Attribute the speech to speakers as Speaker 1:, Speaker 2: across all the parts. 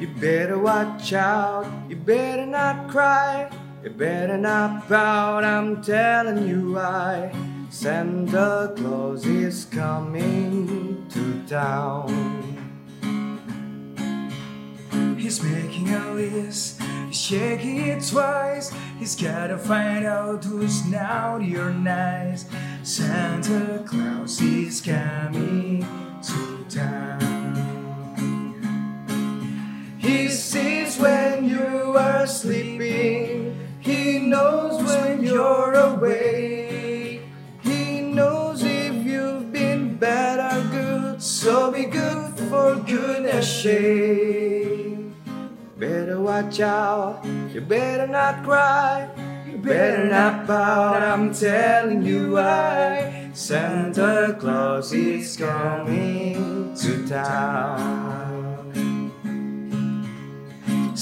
Speaker 1: You better watch out, you better not cry, you better not pout, I'm telling you why. Santa Claus is coming to town. He's making a list, he's shaking it twice, he's gotta find out who's naughty or nice. Santa Claus is coming to town. He sees when you are sleeping. He knows when you're awake. He knows if you've been bad or good. So be good for goodness sake. Better watch out. You better not cry. You better not pout. I'm telling you why. Santa Claus is coming to town.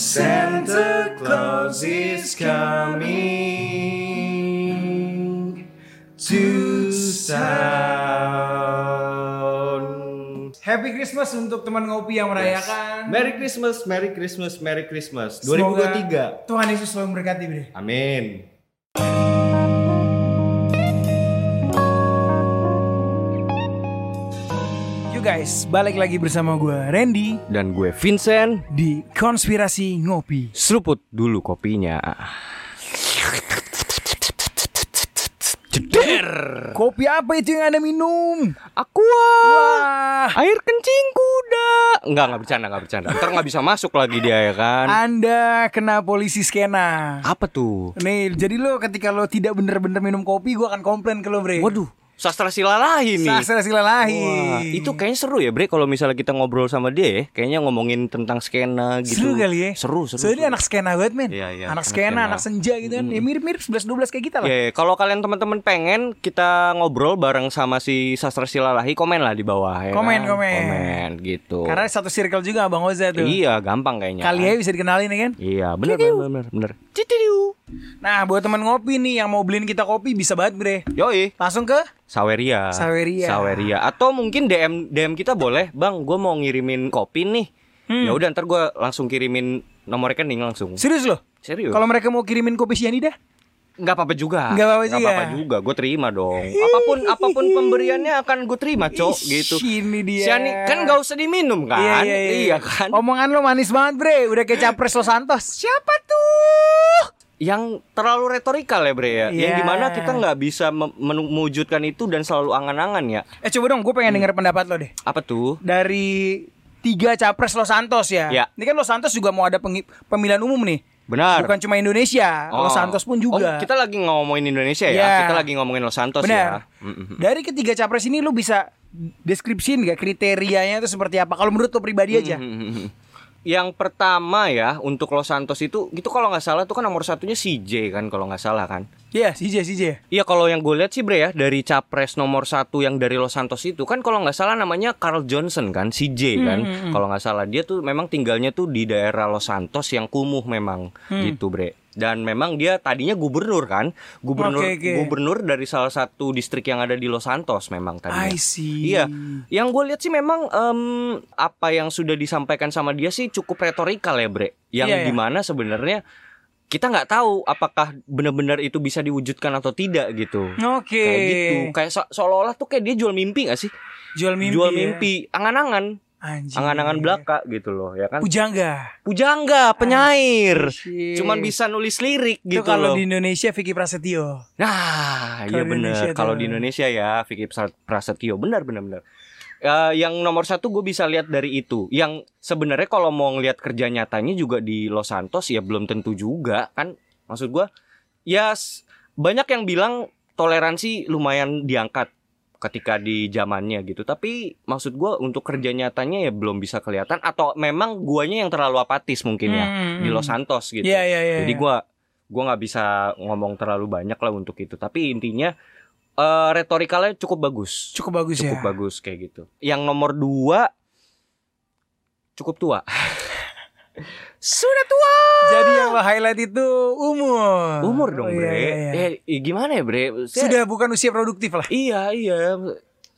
Speaker 1: Santa Claus is coming to town.
Speaker 2: Happy Christmas untuk teman ngopi yang merayakan.
Speaker 1: Merry Christmas, Merry Christmas, Merry Christmas.
Speaker 2: Semoga
Speaker 1: 2023.
Speaker 2: Tuhan Yesus selalu memberkati, Bre.
Speaker 1: Amin.
Speaker 2: You guys, balik lagi bersama gue Randy
Speaker 1: Dan gue Vincent,
Speaker 2: di Konspirasi Ngopi.
Speaker 1: seruput dulu kopinya. Ceder.
Speaker 2: Kopi apa itu yang Anda minum?
Speaker 1: Aqua.
Speaker 2: Wah,
Speaker 1: Air kencing kuda. Enggak, enggak bercanda, enggak bercanda. Ntar nggak bisa masuk lagi dia ya kan.
Speaker 2: Anda kena polisi skena.
Speaker 1: Apa tuh?
Speaker 2: Nih, jadi lo ketika lo tidak bener-bener minum kopi, gue akan komplain ke lo, Bre.
Speaker 1: Waduh, sastra sila lain nih.
Speaker 2: Sastra sila lahi.
Speaker 1: Wah, itu kayaknya seru ya, Bre, kalau misalnya kita ngobrol sama dia ya. Kayaknya ngomongin tentang skena gitu.
Speaker 2: Seru kali ya
Speaker 1: Seru, seru.
Speaker 2: Soalnya dia
Speaker 1: seru.
Speaker 2: anak skena banget men
Speaker 1: Iya, iya,
Speaker 2: Anak
Speaker 1: anak
Speaker 2: skena,
Speaker 1: skena. Mm.
Speaker 2: anak senja gitu kan Ya mirip-mirip 11-12 kayak kita lah
Speaker 1: Ya, kalau kalian teman-teman pengen kita ngobrol bareng sama si sastra sila lahi, komen lah di bawah ya.
Speaker 2: Komen,
Speaker 1: kan?
Speaker 2: komen.
Speaker 1: Komen gitu.
Speaker 2: Karena satu circle juga Abang Oza tuh
Speaker 1: Iya, gampang kayaknya.
Speaker 2: Kali aja bisa dikenalin ya kan
Speaker 1: Iya, benar benar benar. benar. Citiriu.
Speaker 2: Nah buat teman ngopi nih Yang mau beliin kita kopi bisa banget bre
Speaker 1: Yoi.
Speaker 2: Langsung ke
Speaker 1: Saweria.
Speaker 2: Saweria.
Speaker 1: Saweria. Atau mungkin DM DM kita boleh, Bang. Gue mau ngirimin kopi nih.
Speaker 2: Hmm.
Speaker 1: Ya udah, ntar gue langsung kirimin nomor rekening langsung.
Speaker 2: Serius loh
Speaker 1: Serius?
Speaker 2: Kalau mereka mau kirimin kopi sianida
Speaker 1: Nggak apa-apa juga.
Speaker 2: Nggak apa-apa juga.
Speaker 1: Gue terima dong. Apapun apapun pemberiannya akan gue terima, cok.
Speaker 2: Ih,
Speaker 1: Gitu.
Speaker 2: ini dia.
Speaker 1: Siani kan nggak usah diminum
Speaker 2: Iya,
Speaker 1: kan?
Speaker 2: iya, iya.
Speaker 1: kan.
Speaker 2: Omongan lo manis banget bre Udah kayak capres lo Santos
Speaker 1: Siapa tuh? Yang terlalu retorikal ya Bre ya. Yang
Speaker 2: Iya.
Speaker 1: dimana kita nggak bisa mem- mewujudkan itu dan selalu angan-angan ya.
Speaker 2: Eh coba dong gue pengen denger pendapat lo deh
Speaker 1: Apa tuh?
Speaker 2: Dari tiga capres Los Santos ya
Speaker 1: Ya.
Speaker 2: Ini kan Los Santos juga mau ada pengi- pemilihan umum nih
Speaker 1: Benar.
Speaker 2: Bukan cuma Indonesia,
Speaker 1: Oh.
Speaker 2: Los Santos pun juga.
Speaker 1: Oh, kita lagi ngomongin Indonesia ya.
Speaker 2: Iya.
Speaker 1: Kita lagi ngomongin Los Santos
Speaker 2: Benar.
Speaker 1: ya. Mm-mm.
Speaker 2: Dari ketiga capres ini lu bisa deskripsiin gak kriterianya itu seperti apa? Kalau menurut lu pribadi aja.
Speaker 1: Mm-hmm. Yang pertama ya untuk Los Santos itu itu kalau nggak salah tuh kan nomor satunya CJ kan kalau nggak salah kan.
Speaker 2: Iya, CJ CJ.
Speaker 1: Iya kalau yang gue lihat sih Bre ya dari capres nomor satu yang dari Los Santos itu kan kalau nggak salah namanya Carl Johnson kan CJ
Speaker 2: Hmm,
Speaker 1: kan kalau nggak salah dia tuh memang tinggalnya tuh di daerah Los Santos yang kumuh memang
Speaker 2: Hmm.
Speaker 1: gitu Bre dan memang dia tadinya gubernur kan gubernur
Speaker 2: Oke, oke.
Speaker 1: gubernur dari salah satu distrik yang ada di Los Santos memang tadinya.
Speaker 2: I see.
Speaker 1: Iya, yang gue lihat sih memang em, apa yang sudah disampaikan sama dia sih cukup retorikal ya Bre, yang
Speaker 2: Iya, iya.
Speaker 1: dimana sebenarnya kita nggak tahu apakah benar-benar itu bisa diwujudkan atau tidak gitu.
Speaker 2: Oke.
Speaker 1: Kayak gitu, kayak se- seolah-olah tuh kayak dia jual mimpi gak sih?
Speaker 2: Jual mimpi. iya.
Speaker 1: jual
Speaker 2: ya.
Speaker 1: mimpi, angan-angan,
Speaker 2: Anjir.
Speaker 1: angan-angan belaka gitu loh, ya kan?
Speaker 2: Pujangga.
Speaker 1: Pujangga, penyair,
Speaker 2: shit.
Speaker 1: cuman bisa nulis lirik
Speaker 2: Itu
Speaker 1: gitu
Speaker 2: kalau
Speaker 1: loh.
Speaker 2: di Indonesia Vicky Prasetyo. Kalau
Speaker 1: Nah, iya
Speaker 2: di Indonesia
Speaker 1: bener. Kalau
Speaker 2: tuh.
Speaker 1: di Indonesia ya, Vicky Psa- Prasetyo benar benar benar. Eh, yang nomor satu gue bisa lihat dari itu. Yang sebenarnya kalau mau ngelihat kerja nyatanya juga di Los Santos ya belum tentu juga kan. Maksud gue, ya s- banyak yang bilang toleransi lumayan diangkat ketika di zamannya gitu. Tapi maksud gue untuk kerja nyatanya ya belum bisa kelihatan. Atau memang guanya yang terlalu apatis mungkin ya
Speaker 2: Hmm.
Speaker 1: di Los Santos gitu.
Speaker 2: Iya, iya, iya.
Speaker 1: Jadi
Speaker 2: iya.
Speaker 1: gua gua nggak bisa ngomong terlalu banyak lah untuk itu. Tapi intinya eh, retorikalnya cukup bagus.
Speaker 2: cukup bagus
Speaker 1: Cukup
Speaker 2: ya.
Speaker 1: bagus kayak gitu. Yang nomor dua cukup tua. Sudah tua.
Speaker 2: Jadi yang lo highlight itu umur.
Speaker 1: Umur dong,
Speaker 2: Oh,
Speaker 1: Bre.
Speaker 2: iya, iya, iya.
Speaker 1: Eh, gimana ya, Bre? Saya-
Speaker 2: Sudah bukan usia produktif lah.
Speaker 1: Iya, iya.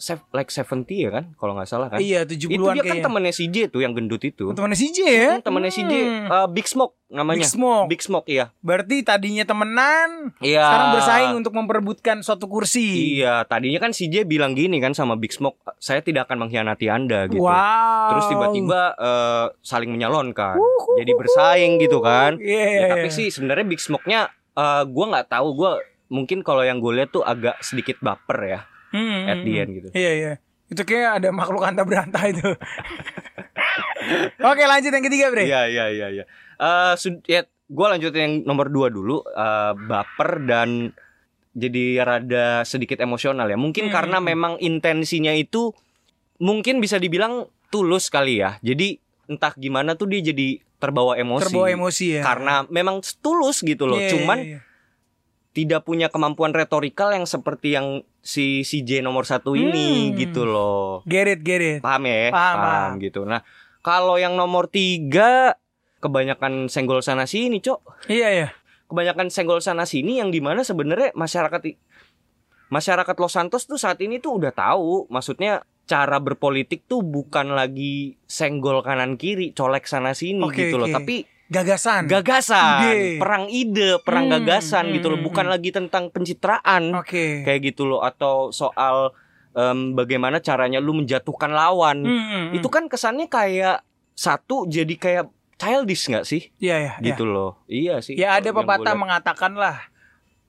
Speaker 1: Sev- like 70 ya kan kalau nggak salah kan
Speaker 2: Iya,
Speaker 1: itu
Speaker 2: 70-an
Speaker 1: dia kan
Speaker 2: kayaknya.
Speaker 1: temennya si J tuh yang gendut itu
Speaker 2: Temennya si J ya?
Speaker 1: Hmm, temennya si J
Speaker 2: Hmm.
Speaker 1: eh, Big Smoke namanya
Speaker 2: Big Smoke.
Speaker 1: Big Smoke iya
Speaker 2: Berarti tadinya temenan,
Speaker 1: Iya.
Speaker 2: sekarang bersaing untuk memperebutkan suatu kursi.
Speaker 1: Iya, tadinya kan si J bilang gini kan sama Big Smoke, saya tidak akan mengkhianati Anda gitu.
Speaker 2: Wow.
Speaker 1: Terus tiba-tiba eh, saling menyalonkan, jadi bersaing gitu kan.
Speaker 2: Iya.
Speaker 1: Ya, tapi sih sebenarnya Big Smoke-nya eh, gua nggak tahu, gua mungkin kalau yang gue lihat tuh agak sedikit baper ya
Speaker 2: Hmm,
Speaker 1: at the
Speaker 2: hmm,
Speaker 1: end gitu.
Speaker 2: Iya iya. Itu kayak ada makhluk anta beranta itu. Oke lanjut yang ketiga bre.
Speaker 1: Iya, iya, iya, iya. Eh, sud- ya, gua lanjutin yang nomor dua dulu, eh, baper dan jadi rada sedikit emosional ya. Mungkin
Speaker 2: Hmm.
Speaker 1: karena memang intensinya itu mungkin bisa dibilang tulus kali ya. Jadi entah gimana tuh dia jadi terbawa emosi.
Speaker 2: Terbawa emosi ya.
Speaker 1: Karena memang tulus gitu loh.
Speaker 2: Iya,
Speaker 1: Cuman
Speaker 2: iya, iya.
Speaker 1: tidak punya kemampuan retorikal yang seperti yang si si J nomor satu
Speaker 2: Hmm.
Speaker 1: ini gitu loh
Speaker 2: get it get it.
Speaker 1: paham ya
Speaker 2: Paham, paham.
Speaker 1: gitu nah kalau yang nomor tiga kebanyakan senggol sana sini cok
Speaker 2: Iya ya.
Speaker 1: kebanyakan senggol sana sini yang dimana sebenarnya masyarakat i- masyarakat Los Santos tuh saat ini tuh udah tahu maksudnya cara berpolitik tuh bukan lagi senggol kanan kiri colek sana sini
Speaker 2: Oke,
Speaker 1: gitu loh
Speaker 2: oke.
Speaker 1: tapi
Speaker 2: Gagasan. Ide.
Speaker 1: gagasan perang ide perang
Speaker 2: Hmm,
Speaker 1: gagasan gitu loh
Speaker 2: hmm,
Speaker 1: bukan lagi tentang pencitraan
Speaker 2: Oke.
Speaker 1: kayak gitu loh atau soal em, bagaimana caranya lu menjatuhkan lawan
Speaker 2: Hmm, hmm,
Speaker 1: itu
Speaker 2: hmm.
Speaker 1: kan kesannya kayak satu jadi kayak childish nggak sih
Speaker 2: Iya ya. ya.
Speaker 1: gitu loh iya sih
Speaker 2: Ya ada
Speaker 1: kalau yang
Speaker 2: pepatah
Speaker 1: gua lihat.
Speaker 2: mengatakan lah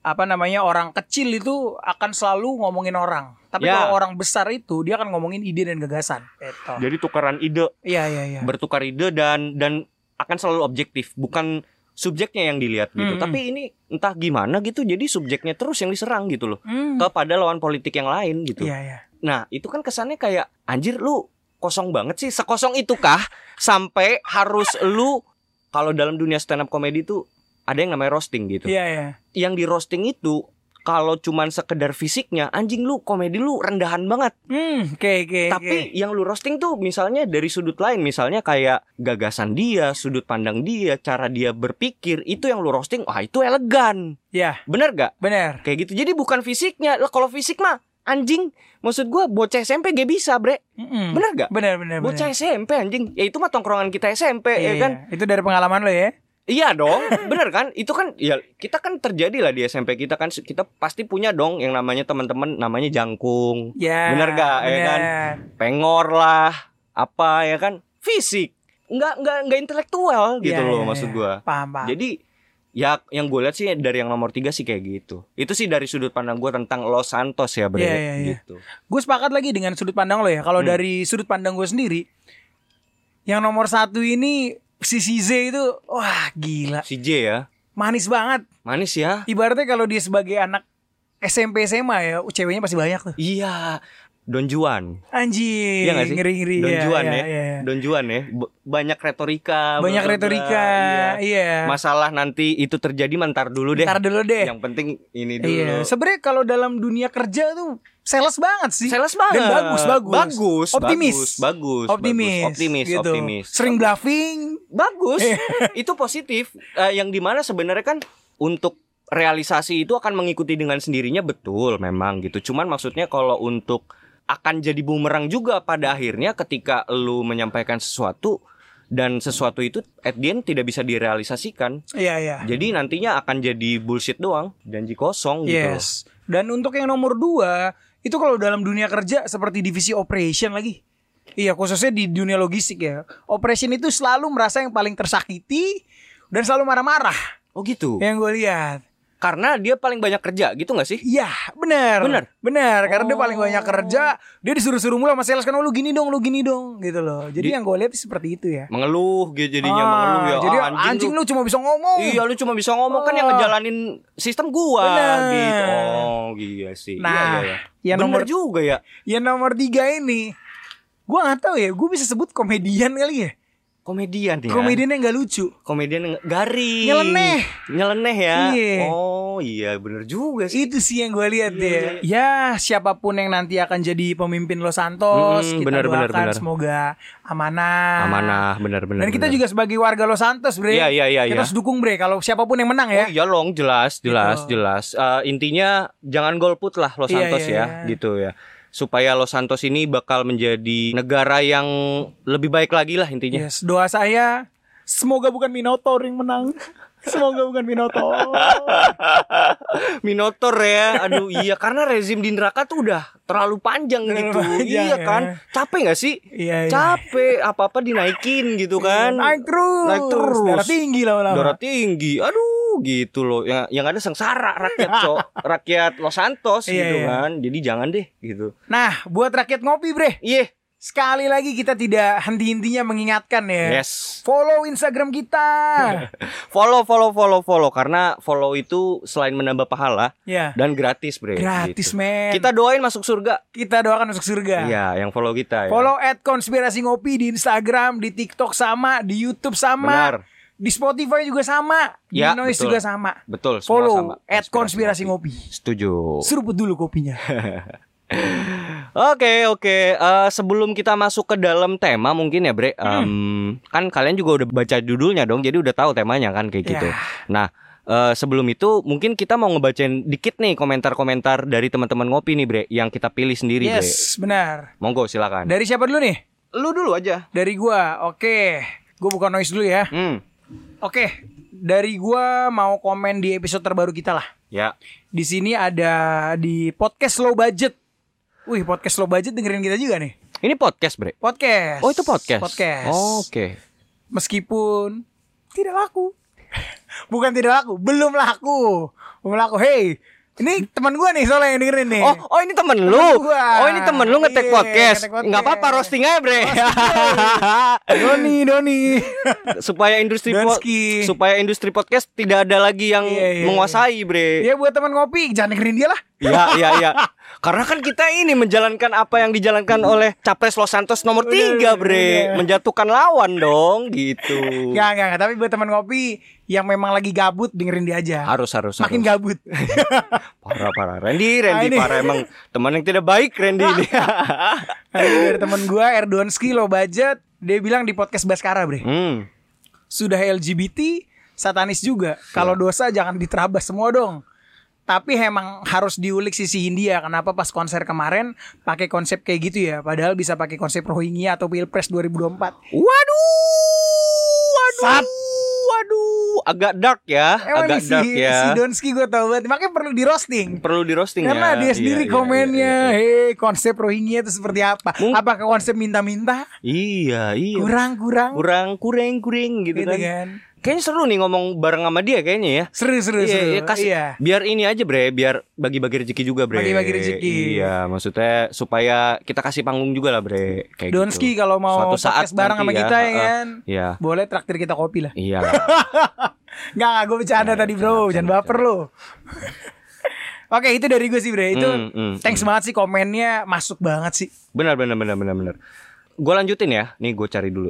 Speaker 2: apa namanya orang kecil itu akan selalu ngomongin orang. Tapi
Speaker 1: Ya.
Speaker 2: kalau orang besar itu dia akan ngomongin ide dan gagasan. Itu.
Speaker 1: jadi tukaran ide
Speaker 2: Iya iya iya.
Speaker 1: Ya. bertukar ide dan dan akan selalu objektif bukan subjeknya yang dilihat gitu
Speaker 2: Hmm,
Speaker 1: tapi ini entah gimana gitu jadi subjeknya terus yang diserang gitu loh
Speaker 2: Hmm.
Speaker 1: kepada lawan politik yang lain gitu
Speaker 2: Iya iya.
Speaker 1: nah itu kan kesannya kayak anjir lu kosong banget sih sekosong itukah sampai harus lu kalau dalam dunia stand up comedy tuh ada yang namanya roasting gitu
Speaker 2: Iya iya.
Speaker 1: yang di roasting itu kalau cuman sekedar fisiknya anjing lu komedi lu rendahan banget
Speaker 2: Hmm, oke oke.
Speaker 1: tapi yang lu roasting tuh misalnya dari sudut lain misalnya kayak gagasan dia sudut pandang dia cara dia berpikir itu yang lu roasting wah itu elegan
Speaker 2: ya,
Speaker 1: bener gak
Speaker 2: benar.
Speaker 1: kayak gitu jadi bukan fisiknya lah kalau fisik mah anjing maksud gua bocah SMP gak bisa bre
Speaker 2: Mm-mm.
Speaker 1: bener gak
Speaker 2: Hmm, Benar benar benar.
Speaker 1: bocah SMP anjing ya itu mah tongkrongan kita SMP
Speaker 2: Iya,
Speaker 1: ya kan
Speaker 2: iya. Itu dari pengalaman lo ya.
Speaker 1: Iya dong, bener kan? Itu kan ya kita kan terjadi lah di SMP kita kan kita pasti punya dong yang namanya teman-teman namanya jangkung,
Speaker 2: Ya.
Speaker 1: Benar nggak, ya kan?
Speaker 2: benar.
Speaker 1: pengor lah, apa ya kan? Fisik, nggak nggak nggak intelektual gitu
Speaker 2: Iya,
Speaker 1: loh
Speaker 2: iya,
Speaker 1: maksud
Speaker 2: iya.
Speaker 1: gua.
Speaker 2: Paham, paham.
Speaker 1: Jadi ya yang gue lihat sih dari yang nomor tiga sih kayak gitu. Itu sih dari sudut pandang gua tentang Los Santos ya bre,
Speaker 2: Iya, iya, iya.
Speaker 1: gitu.
Speaker 2: gue sepakat lagi dengan sudut pandang lo ya. Kalau
Speaker 1: Hmm.
Speaker 2: dari sudut pandang gue sendiri, yang nomor satu ini si si Z itu, wah gila,
Speaker 1: Si J ya,
Speaker 2: manis banget.
Speaker 1: manis ya.
Speaker 2: Ibaratnya kalau dia sebagai anak SMP SMA ya, uh, ceweknya pasti banyak tuh.
Speaker 1: Iya, Don Juan.
Speaker 2: Anjing,
Speaker 1: Iya nggak sih?
Speaker 2: ngeri ngeri.
Speaker 1: Don
Speaker 2: Iya,
Speaker 1: Juan
Speaker 2: iya,
Speaker 1: ya.
Speaker 2: iya.
Speaker 1: Don Juan ya. B- banyak retorika.
Speaker 2: Banyak
Speaker 1: bla, bla, bla.
Speaker 2: retorika, iya.
Speaker 1: Masalah nanti itu terjadi mentar dulu deh.
Speaker 2: Ntar dulu deh.
Speaker 1: Yang penting ini dulu.
Speaker 2: Iya, sebenarnya kalau dalam dunia kerja tuh sales banget sih.
Speaker 1: Sales banget.
Speaker 2: Dan bagus, bagus.
Speaker 1: Bagus,
Speaker 2: optimis.
Speaker 1: bagus, bagus,
Speaker 2: optimis.
Speaker 1: bagus. Optimis,
Speaker 2: gitu.
Speaker 1: optimis.
Speaker 2: Sering bluffing.
Speaker 1: Bagus.
Speaker 2: Eh.
Speaker 1: itu positif. Eh, yang dimana sebenarnya kan untuk realisasi itu akan mengikuti dengan sendirinya betul memang gitu. Cuman maksudnya kalau untuk akan jadi bumerang juga pada akhirnya ketika lu menyampaikan sesuatu dan sesuatu itu at the end tidak bisa direalisasikan.
Speaker 2: Iya, iya.
Speaker 1: Jadi nantinya akan jadi bullshit doang, janji kosong gitu. loh.
Speaker 2: Yes. Dan untuk yang nomor dua itu kalau dalam dunia kerja seperti divisi operation lagi. Iya, khususnya di dunia logistik ya. Operation itu selalu merasa yang paling tersakiti dan selalu marah-marah.
Speaker 1: Oh gitu.
Speaker 2: Yang gue lihat.
Speaker 1: Karena dia paling banyak kerja gitu nggak sih?
Speaker 2: Iya, benar.
Speaker 1: Benar? Oh.
Speaker 2: Benar, karena dia paling banyak kerja, dia disuruh-suruh mulu sama sales kan "Oh, lu gini dong, lu gini dong gitu loh. Jadi yang gue lihat sih seperti itu ya.
Speaker 1: Mengeluh gitu jadinya
Speaker 2: Ah,
Speaker 1: mengeluh ya.
Speaker 2: Jadi
Speaker 1: "Ah,
Speaker 2: anjing, lu. cuma bisa ngomong.
Speaker 1: Iya lu cuma bisa ngomong kan yang
Speaker 2: Ah.
Speaker 1: ngejalanin sistem gua
Speaker 2: Benar.
Speaker 1: gitu. Oh iya sih. Iya,
Speaker 2: Nah,
Speaker 1: iya, iya.
Speaker 2: yang
Speaker 1: Bener
Speaker 2: nomor-
Speaker 1: juga ya.
Speaker 2: Yang nomor tiga ini, gue nggak tahu ya, gue bisa sebut komedian kali ya.
Speaker 1: Komedian ya.
Speaker 2: Komedian yang nggak lucu.
Speaker 1: Komedian yang garing.
Speaker 2: Nyeleneh.
Speaker 1: Nyeleneh ya.
Speaker 2: Iya.
Speaker 1: Oh iya bener juga sih.
Speaker 2: Itu sih yang gue lihat
Speaker 1: Iya,
Speaker 2: deh.
Speaker 1: iya,
Speaker 2: Ya siapapun yang nanti akan jadi pemimpin Los Santos,
Speaker 1: Mm,
Speaker 2: kita
Speaker 1: benar,
Speaker 2: doakan
Speaker 1: benar, benar.
Speaker 2: semoga amanah.
Speaker 1: Amanah bener-bener.
Speaker 2: Iya. Dan kita juga sebagai warga Los Santos, Bre.
Speaker 1: Iya, iya, iya,
Speaker 2: Kita
Speaker 1: iya.
Speaker 2: harus dukung, Bre, kalau siapapun yang menang ya.
Speaker 1: Oh, iya long jelas jelas
Speaker 2: Gitu.
Speaker 1: jelas Eh, intinya jangan golput lah Los
Speaker 2: Iya,
Speaker 1: Santos
Speaker 2: iya,
Speaker 1: ya
Speaker 2: iya.
Speaker 1: gitu ya supaya Los Santos ini bakal menjadi negara yang lebih baik lagi lah intinya.
Speaker 2: Yes, doa saya semoga bukan Minotaur yang menang. Semoga bukan Minotaur.
Speaker 1: Minotaur ya, aduh iya karena rezim di neraka tuh udah terlalu panjang
Speaker 2: Terlalu
Speaker 1: gitu,
Speaker 2: panjang,
Speaker 1: iya kan?
Speaker 2: ya.
Speaker 1: Capek nggak sih?
Speaker 2: Iya, iya.
Speaker 1: Capek, apa apa dinaikin gitu kan?
Speaker 2: Naik terus.
Speaker 1: Naik terus.
Speaker 2: Darah tinggi lama-lama.
Speaker 1: Darah tinggi, aduh gitu loh. Yang yang ada sengsara rakyat Cok. rakyat Los Santos
Speaker 2: Iya,
Speaker 1: gitu
Speaker 2: iya.
Speaker 1: kan. Jadi jangan deh gitu.
Speaker 2: Nah, buat rakyat ngopi, Bre.
Speaker 1: Iya,
Speaker 2: Sekali lagi kita tidak henti-hentinya mengingatkan ya.
Speaker 1: yes.
Speaker 2: Follow Instagram kita.
Speaker 1: Follow, follow, follow, follow. Karena follow itu selain menambah pahala
Speaker 2: ya.
Speaker 1: dan gratis, bre.
Speaker 2: Gratis,
Speaker 1: Gitu.
Speaker 2: men. Kita
Speaker 1: Kita doain masuk surga.
Speaker 2: doakan masuk surga.
Speaker 1: Iya, yang follow kita. Ya.
Speaker 2: Follow at konspirasi ngopi di Instagram, di TikTok sama, di YouTube sama,
Speaker 1: Benar.
Speaker 2: di Spotify juga sama,
Speaker 1: Ya,
Speaker 2: di Noise
Speaker 1: betul.
Speaker 2: juga sama.
Speaker 1: Betul. semua
Speaker 2: Follow
Speaker 1: sama.
Speaker 2: at konspirasi ngopi.
Speaker 1: Setuju.
Speaker 2: Seruput dulu kopinya.
Speaker 1: Oke oke Eh, sebelum kita masuk ke dalam tema mungkin ya Bre Em,
Speaker 2: Hmm.
Speaker 1: kan kalian juga udah baca judulnya dong jadi udah tahu temanya kan kayak gitu.
Speaker 2: Ya.
Speaker 1: Nah eh, sebelum itu mungkin kita mau ngebacain dikit nih komentar-komentar dari teman-teman ngopi nih Bre yang kita pilih sendiri Bre.
Speaker 2: yes, benar.
Speaker 1: Monggo silakan.
Speaker 2: Dari siapa dulu nih?
Speaker 1: Lu dulu aja.
Speaker 2: Dari gua. Oke. Gua buka noise dulu ya.
Speaker 1: Hmm.
Speaker 2: Oke. Dari gua mau komen di episode terbaru kita lah.
Speaker 1: Ya.
Speaker 2: Di sini ada di podcast low budget. Wih, podcast low budget dengerin kita juga nih.
Speaker 1: Ini podcast Bre.
Speaker 2: Podcast.
Speaker 1: Oh itu podcast. Oh.
Speaker 2: Podcast.
Speaker 1: Oke.
Speaker 2: Meskipun tidak laku. Bukan tidak laku, belum laku. Belum laku. Hey, ini teman gua nih soalnya yang dengerin nih.
Speaker 1: Oh, oh ini temen lu.
Speaker 2: Eh. gua.
Speaker 1: Oh ini temen lu ngetek
Speaker 2: Iya,
Speaker 1: podcast.
Speaker 2: ngetek podcast.
Speaker 1: Nggak apa-apa roasting aja, Bre.
Speaker 2: Doni, Doni.
Speaker 1: supaya industri po-
Speaker 2: Donsky.
Speaker 1: supaya industri podcast tidak ada lagi yang
Speaker 2: Iya, iya,
Speaker 1: menguasai, Bre.
Speaker 2: ya buat teman ngopi, jangan dengerin dia lah.
Speaker 1: Iya, iya, iya. Karena kan kita ini menjalankan apa yang dijalankan oleh Capres Los Santos nomor
Speaker 2: iya.
Speaker 1: tiga, Bre. Menjatuhkan lawan dong gitu.
Speaker 2: Enggak, enggak, enggak. Tapi buat teman ngopi yang memang lagi gabut dengerin dia aja.
Speaker 1: Harus harus
Speaker 2: Makin
Speaker 1: harus.
Speaker 2: gabut.
Speaker 1: parah parah Randy Randy
Speaker 2: ini. Nah.
Speaker 1: parah emang teman yang tidak baik Randy ini
Speaker 2: Ada dari teman gua Erdonski low budget, dia bilang di podcast Baskara, Bre.
Speaker 1: hmm.
Speaker 2: Sudah LGBT, satanis juga.
Speaker 1: Iya.
Speaker 2: Kalau dosa jangan diterabas semua dong. Tapi emang harus diulik sisi India. Kenapa pas konser kemarin pakai konsep kayak gitu ya? Padahal bisa pakai konsep Rohingya atau Pilpres 2024.
Speaker 1: waduh waduh
Speaker 2: Sat.
Speaker 1: waduh agak dark ya
Speaker 2: Emang
Speaker 1: agak
Speaker 2: nih si,
Speaker 1: dark ya
Speaker 2: si Donski gue tau banget. Makanya perlu di roasting.
Speaker 1: perlu di roasting
Speaker 2: Karena
Speaker 1: ya
Speaker 2: dia sendiri
Speaker 1: Iya, iya,
Speaker 2: komennya, "Hei, konsep Rohingya itu seperti apa? Apakah konsep minta-minta?
Speaker 1: iya iya
Speaker 2: Kurang-kurang?"
Speaker 1: kurang kurang kurang gitu,
Speaker 2: Gitu
Speaker 1: kan.
Speaker 2: kan.
Speaker 1: kayaknya seru nih ngomong bareng sama dia kayaknya ya
Speaker 2: Seru-seru
Speaker 1: Iya,
Speaker 2: seru.
Speaker 1: iya, kasih-
Speaker 2: Iya.
Speaker 1: biar ini aja bre, biar bagi-bagi rezeki juga bre.
Speaker 2: Bagi-bagi rezeki.
Speaker 1: Iya, maksudnya supaya kita kasih panggung juga lah bre. Kayak
Speaker 2: Donski
Speaker 1: gitu.
Speaker 2: kalau mau
Speaker 1: Suatu saat
Speaker 2: podcast bareng
Speaker 1: nanti
Speaker 2: sama kita ya
Speaker 1: heeh.
Speaker 2: kan.
Speaker 1: Iya.
Speaker 2: Boleh traktir kita kopi lah.
Speaker 1: Iya.
Speaker 2: Enggak, enggak gue bercanda tadi, Bro. Jangan baper lu. Oke, itu dari gue sih, Bre. Itu
Speaker 1: Hmm, hmm,
Speaker 2: thanks banget sih komennya, masuk banget sih.
Speaker 1: benar benar benar benar benar. Gue lanjutin ya. Nih gue cari dulu.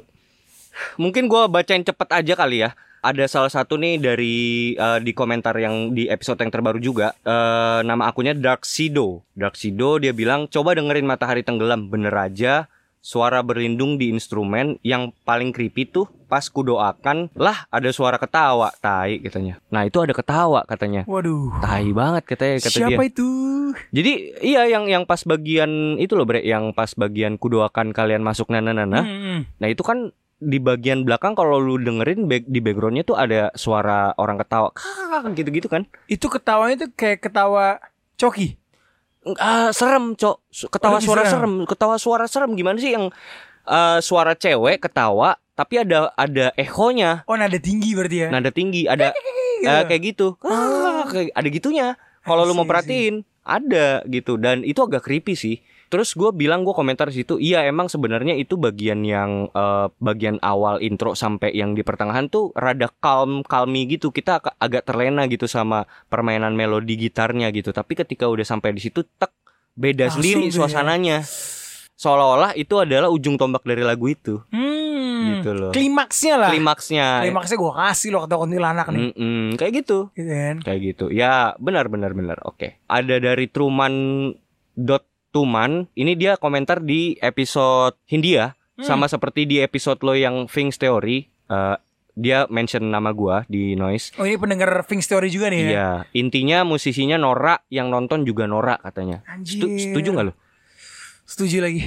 Speaker 1: Mungkin gue bacain cepet aja kali ya. Ada salah satu nih dari eh, di komentar yang di episode yang terbaru juga. Eh, nama akunnya Dark Sido. Dark Sido dia bilang coba dengerin matahari tenggelam bener aja. Suara berlindung di instrumen yang paling creepy tuh pas kudoakan lah ada suara ketawa tai katanya. Nah itu ada ketawa katanya.
Speaker 2: Waduh.
Speaker 1: Tai banget katanya kata dia.
Speaker 2: Siapa itu?
Speaker 1: Jadi iya yang yang pas bagian itu loh Bre, yang pas bagian kudoakan kalian masuk nana nana.
Speaker 2: Hmm,
Speaker 1: Nah itu kan di bagian belakang kalau lu dengerin back- di backgroundnya tuh ada suara orang ketawa kakak gitu-gitu kan
Speaker 2: Itu ketawanya tuh kayak ketawa Coki.
Speaker 1: ah serem cok Su- ketawa
Speaker 2: Lebih
Speaker 1: suara
Speaker 2: serem.
Speaker 1: serem. ketawa suara serem gimana sih yang eh, suara cewek ketawa tapi ada ada ehonya
Speaker 2: Oh, nada tinggi berarti ya.
Speaker 1: nada tinggi ada
Speaker 2: gitu.
Speaker 1: eh, kayak gitu Ah, kayak- ada gitunya kalau lu
Speaker 2: I see,
Speaker 1: mau
Speaker 2: I
Speaker 1: perhatiin ada gitu dan itu agak creepy sih terus gue bilang gue komentar di situ iya emang sebenarnya itu bagian yang eh, bagian awal intro sampai yang di pertengahan tuh rada calm calmi gitu kita ag- agak terlena gitu sama permainan melodi gitarnya gitu tapi ketika udah sampai di situ tek beda
Speaker 2: Langsung
Speaker 1: sendiri
Speaker 2: tuh ya.
Speaker 1: suasananya seolah-olah itu adalah ujung tombak dari lagu itu
Speaker 2: Hmm.
Speaker 1: Gitu loh. iya.
Speaker 2: Klimaksnya lah.
Speaker 1: klimaksnya
Speaker 2: Klimaksnya gue kasih loh kata kuntilanak nih.
Speaker 1: Mm-mm, kayak gitu
Speaker 2: Gitu kan.
Speaker 1: Kayak gitu. Ya, benar benar benar. Oke. Ada dari Truman dot Tuman, ini dia komentar di episode Hindia
Speaker 2: Hmm.
Speaker 1: sama seperti di episode lo yang Things Theory. Eh, dia mention nama gua di noise.
Speaker 2: Oh, ini pendengar Fing Story juga nih
Speaker 1: Iya,
Speaker 2: ya.
Speaker 1: intinya musisinya Nora, yang nonton juga Nora katanya. Setu-
Speaker 2: Anjir.
Speaker 1: setuju nggak lo?
Speaker 2: Setuju lagi.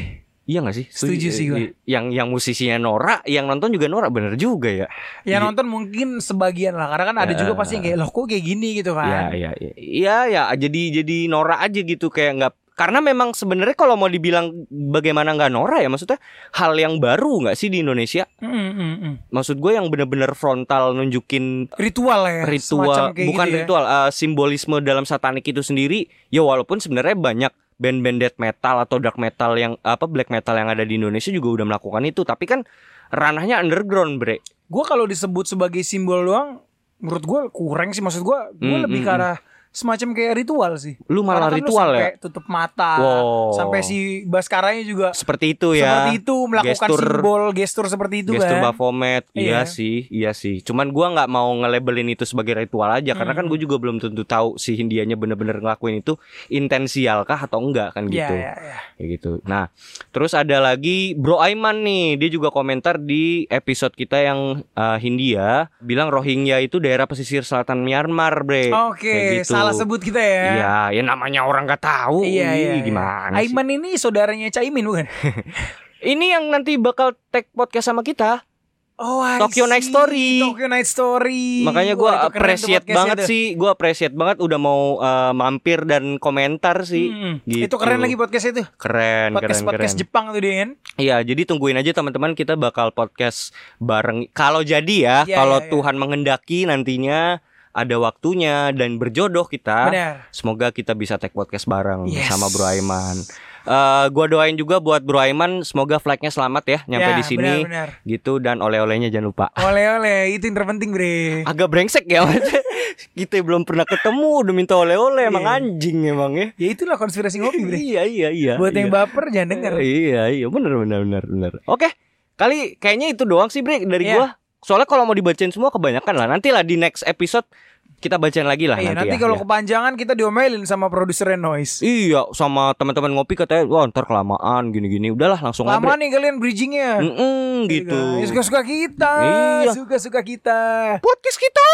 Speaker 1: Iya gak sih?
Speaker 2: Setuju sih gua.
Speaker 1: Yang yang musisinya Nora, yang nonton juga Nora bener juga ya.
Speaker 2: Ya nonton mungkin sebagian lah karena kan ada juga pasti yang kayak loh kok kayak gini gitu
Speaker 1: Iya
Speaker 2: kan.
Speaker 1: iya iya. Iya ya jadi jadi Nora aja gitu kayak nggak karena memang sebenarnya kalau mau dibilang bagaimana nggak Nora ya maksudnya hal yang baru nggak sih di Indonesia?
Speaker 2: Mm, mm, mm.
Speaker 1: Maksud gue yang bener-bener frontal nunjukin
Speaker 2: Ritual lah ya. semacam
Speaker 1: ritual
Speaker 2: kayak
Speaker 1: bukan
Speaker 2: gitu ya.
Speaker 1: ritual eh, simbolisme dalam satanik itu sendiri ya walaupun sebenarnya banyak band-band death metal atau dark metal yang apa black metal yang ada di Indonesia juga udah melakukan itu tapi kan ranahnya underground bre
Speaker 2: Gue kalau disebut sebagai simbol doang, menurut gue kurang sih maksud gue. Gue
Speaker 1: Mm,
Speaker 2: lebih
Speaker 1: mm,
Speaker 2: ke arah semacam kayak ritual sih.
Speaker 1: Lu
Speaker 2: Karena kan
Speaker 1: malah
Speaker 2: lu
Speaker 1: ritual ya?
Speaker 2: sampai Tutup mata,
Speaker 1: Wow.
Speaker 2: sampai si Baskaranya juga
Speaker 1: seperti itu ya
Speaker 2: seperti itu melakukan
Speaker 1: gestur
Speaker 2: simbol gestur seperti itu
Speaker 1: gestur
Speaker 2: kan.
Speaker 1: Baphomet
Speaker 2: Iya.
Speaker 1: iya sih iya sih cuman gua nggak mau nge-labelin itu sebagai ritual aja karena kan
Speaker 2: Hmm.
Speaker 1: gue juga belum tentu tahu si Hindianya bener-bener ngelakuin itu intensialkah atau enggak kan gitu
Speaker 2: Ya, ya, ya.
Speaker 1: kayak gitu. Nah, terus ada lagi Bro Aiman nih, dia juga komentar di episode kita yang eh, Hindia bilang Rohingya itu daerah pesisir selatan Myanmar, Bre.
Speaker 2: Oh,
Speaker 1: Kayak
Speaker 2: Oke,
Speaker 1: gitu.
Speaker 2: salah sebut kita ya.
Speaker 1: Iya, ya namanya orang nggak tahu.
Speaker 2: Iya,
Speaker 1: Ih,
Speaker 2: iya, iya.
Speaker 1: gimana sih?
Speaker 2: Aiman ini saudaranya Caimin bukan?
Speaker 1: Ini yang nanti bakal tag podcast sama kita.
Speaker 2: Oh, I
Speaker 1: Tokyo
Speaker 2: see.
Speaker 1: Night Story.
Speaker 2: Tokyo Night Story. Wah,
Speaker 1: Makanya
Speaker 2: itu
Speaker 1: gua
Speaker 2: keren tuh
Speaker 1: appreciate
Speaker 2: podcastnya
Speaker 1: banget
Speaker 2: tuh.
Speaker 1: sih, gua appreciate banget udah mau eh, mampir dan komentar sih.
Speaker 2: Mm-mm.
Speaker 1: Gitu.
Speaker 2: Itu keren lagi podcast itu. Hmm.
Speaker 1: Keren,
Speaker 2: Podcast
Speaker 1: keren,
Speaker 2: podcast
Speaker 1: keren.
Speaker 2: Jepang tuh dia kan.
Speaker 1: Iya, jadi tungguin aja teman-teman kita bakal podcast bareng. Kalau jadi ya,
Speaker 2: Iya,
Speaker 1: kalau
Speaker 2: iya, iya.
Speaker 1: Tuhan menghendaki nantinya ada waktunya dan berjodoh kita.
Speaker 2: Benar.
Speaker 1: Semoga kita bisa take podcast bareng
Speaker 2: Yes.
Speaker 1: sama Bro Aiman. Eh, gua doain juga buat Bro Aiman semoga flagnya selamat ya nyampe
Speaker 2: Ya,
Speaker 1: di sini
Speaker 2: benar,
Speaker 1: gitu dan oleh-olehnya jangan lupa.
Speaker 2: Oleh oleh itu yang terpenting bre.
Speaker 1: Agak brengsek ya maksudnya. Kita belum pernah ketemu udah minta oleh-oleh emang
Speaker 2: Iya.
Speaker 1: anjing emang ya.
Speaker 2: Ya itulah konspirasi ngopi bre.
Speaker 1: Iya iya iya.
Speaker 2: Buat yang
Speaker 1: iya.
Speaker 2: baper jangan denger.
Speaker 1: Iya iya benar benar benar benar. Oke. Kali kayaknya itu doang sih Bre
Speaker 2: Iya.
Speaker 1: dari gua. Soalnya kalau mau dibacain semua kebanyakan lah. Nanti lah di next episode kita bacain lagi lah
Speaker 2: Iya,
Speaker 1: nanti.
Speaker 2: nanti
Speaker 1: ya.
Speaker 2: kalau
Speaker 1: Iya.
Speaker 2: kepanjangan kita diomelin sama produsernya Noise.
Speaker 1: Iya, sama teman-teman ngopi katanya wah ntar kelamaan gini-gini. Udahlah langsung
Speaker 2: Lama
Speaker 1: aja. Bre.
Speaker 2: nih kalian bridgingnya. Iya,
Speaker 1: Mm-mm, gitu.
Speaker 2: Ya, Suka-suka kita,
Speaker 1: Iya.
Speaker 2: suka-suka kita.
Speaker 1: Podcast kita.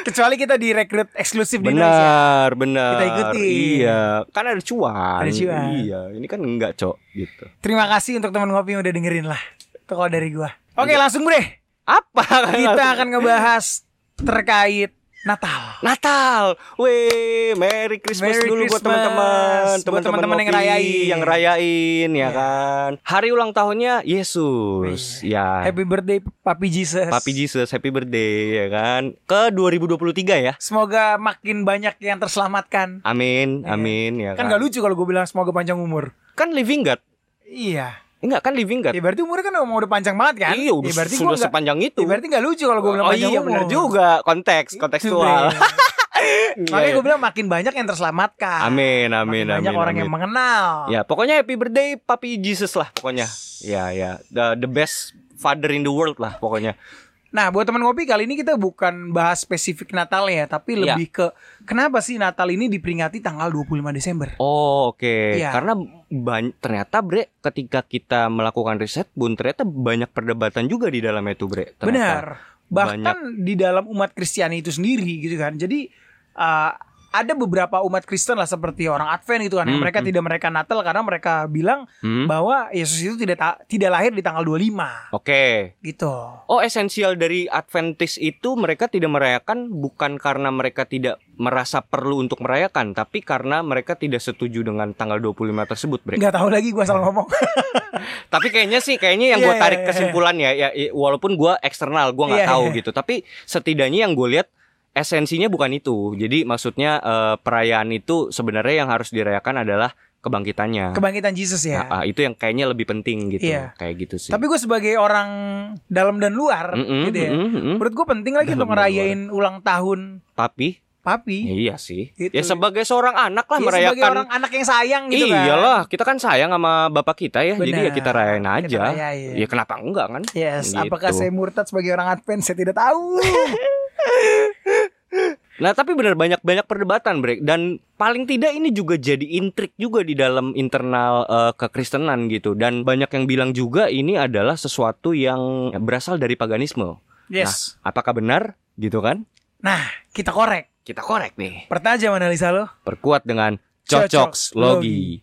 Speaker 2: Kecuali kita direkrut eksklusif di Indonesia.
Speaker 1: Benar, benar.
Speaker 2: Kita ikutin.
Speaker 1: Iya, kan ada cuan.
Speaker 2: Ada cuan.
Speaker 1: Iya, ini kan enggak, Cok, gitu.
Speaker 2: Terima kasih untuk teman ngopi yang udah dengerin lah. Itu kalau dari gua. Oke,
Speaker 1: Iya.
Speaker 2: langsung bre.
Speaker 1: Apa?
Speaker 2: Kita akan ngebahas terkait Natal.
Speaker 1: Natal, weh, Merry Christmas
Speaker 2: Merry
Speaker 1: dulu buat
Speaker 2: Christmas.
Speaker 1: teman-teman,
Speaker 2: Buat teman-teman yang Iya.
Speaker 1: ngopi,
Speaker 2: ngerayain.
Speaker 1: yang ngerayain ya kan. Hari ulang tahunnya Yesus, ya.
Speaker 2: iya. Happy birthday Papi Jesus.
Speaker 1: Papi Jesus, happy birthday ya kan. Ke 2023 ya.
Speaker 2: Semoga makin banyak yang terselamatkan.
Speaker 1: Amin, amin ya
Speaker 2: Kan
Speaker 1: kan.
Speaker 2: gak lucu kalau gue bilang semoga panjang umur.
Speaker 1: Kan living God.
Speaker 2: Iya.
Speaker 1: Enggak, kan living God.
Speaker 2: Ya berarti umurnya kan emang udah panjang banget kan?
Speaker 1: Iya,
Speaker 2: ya,
Speaker 1: udah,
Speaker 2: berarti
Speaker 1: sudah
Speaker 2: gua nggak-
Speaker 1: sepanjang itu.
Speaker 2: Ya, berarti gak lucu kalau gue bilang
Speaker 1: oh
Speaker 2: panjang
Speaker 1: iya,
Speaker 2: umur.
Speaker 1: benar juga. Konteks, kontekstual. Iya,
Speaker 2: Iya, Makanya
Speaker 1: iya.
Speaker 2: gue bilang makin banyak yang terselamatkan.
Speaker 1: Amin, amin,
Speaker 2: Makin banyak
Speaker 1: amin,
Speaker 2: orang
Speaker 1: amin.
Speaker 2: yang mengenal.
Speaker 1: Ya, pokoknya happy birthday Papi Jesus lah pokoknya. Ya, ya. The, the best father in the world lah pokoknya.
Speaker 2: Nah, buat teman ngopi kali ini kita bukan bahas spesifik Natal ya, tapi
Speaker 1: Iya.
Speaker 2: lebih ke kenapa sih Natal ini diperingati tanggal 25 Desember?
Speaker 1: Oh, oke.
Speaker 2: Iya.
Speaker 1: Karena ban- ternyata Bre ketika kita melakukan riset, Bun, ternyata banyak perdebatan juga di dalamnya itu, Bre. Ternyata.
Speaker 2: Benar. Bahkan di dalam umat Kristiani itu sendiri gitu kan. Jadi uh, ada beberapa umat Kristen lah seperti orang Advent gitu kan. yang
Speaker 1: Hmm,
Speaker 2: mereka tidak mereka Natal karena mereka bilang
Speaker 1: Hmm.
Speaker 2: bahwa Yesus itu tidak ta- tidak lahir di tanggal 25
Speaker 1: Oke.
Speaker 2: gitu.
Speaker 1: Oh, esensial dari Adventist itu mereka tidak merayakan bukan karena mereka tidak merasa perlu untuk merayakan, tapi karena mereka tidak setuju dengan tanggal 25 tersebut, Bre.
Speaker 2: nggak tahu lagi gua salah ngomong.
Speaker 1: Tapi kayaknya sih kayaknya yang
Speaker 2: Iya,
Speaker 1: gue
Speaker 2: iya,
Speaker 1: tarik
Speaker 2: iya,
Speaker 1: kesimpulan ya, ya i- walaupun gue eksternal gue nggak
Speaker 2: Iya,
Speaker 1: tahu
Speaker 2: iya.
Speaker 1: gitu. Tapi setidaknya yang gue lihat esensinya bukan itu. Jadi maksudnya eh, perayaan itu sebenarnya yang harus dirayakan adalah kebangkitannya.
Speaker 2: Kebangkitan Yesus ya.
Speaker 1: Nah, ah, itu yang kayaknya lebih penting gitu.
Speaker 2: Iya.
Speaker 1: Kayak gitu sih. Hmm,
Speaker 2: Tapi gue sebagai orang dalam dan luar
Speaker 1: Mm-mm,
Speaker 2: gitu ya.
Speaker 1: mm-mm, mm-mm.
Speaker 2: Menurut gue penting lagi
Speaker 1: Dalam
Speaker 2: untuk ngerayain ulang tahun
Speaker 1: Tapi ya
Speaker 2: papi.
Speaker 1: iya sih.
Speaker 2: Gitu.
Speaker 1: Ya sebagai seorang anak lah
Speaker 2: Ya,
Speaker 1: merayakan.
Speaker 2: sebagai orang anak yang sayang gitu kan.
Speaker 1: Iyalah, kita kan sayang sama bapak kita ya. Jadi ya
Speaker 2: Benar.
Speaker 1: kita rayain aja.
Speaker 2: Kita rayain.
Speaker 1: Ya kenapa enggak kan?
Speaker 2: kan. Iya, Yes,
Speaker 1: Gitu.
Speaker 2: apakah saya murtad sebagai orang Advent? Saya tidak tahu.
Speaker 1: Nah tapi benar banyak-banyak perdebatan Bre Dan paling tidak ini juga jadi intrik juga di dalam internal eh, kekristenan gitu Dan banyak yang bilang juga ini adalah sesuatu yang berasal dari paganisme
Speaker 2: Yes.
Speaker 1: Nah apakah benar gitu kan?
Speaker 2: Nah, kita korek.
Speaker 1: Kita korek nih
Speaker 2: Pertajam analisa lo.
Speaker 1: Perkuat dengan Cocoks Logi.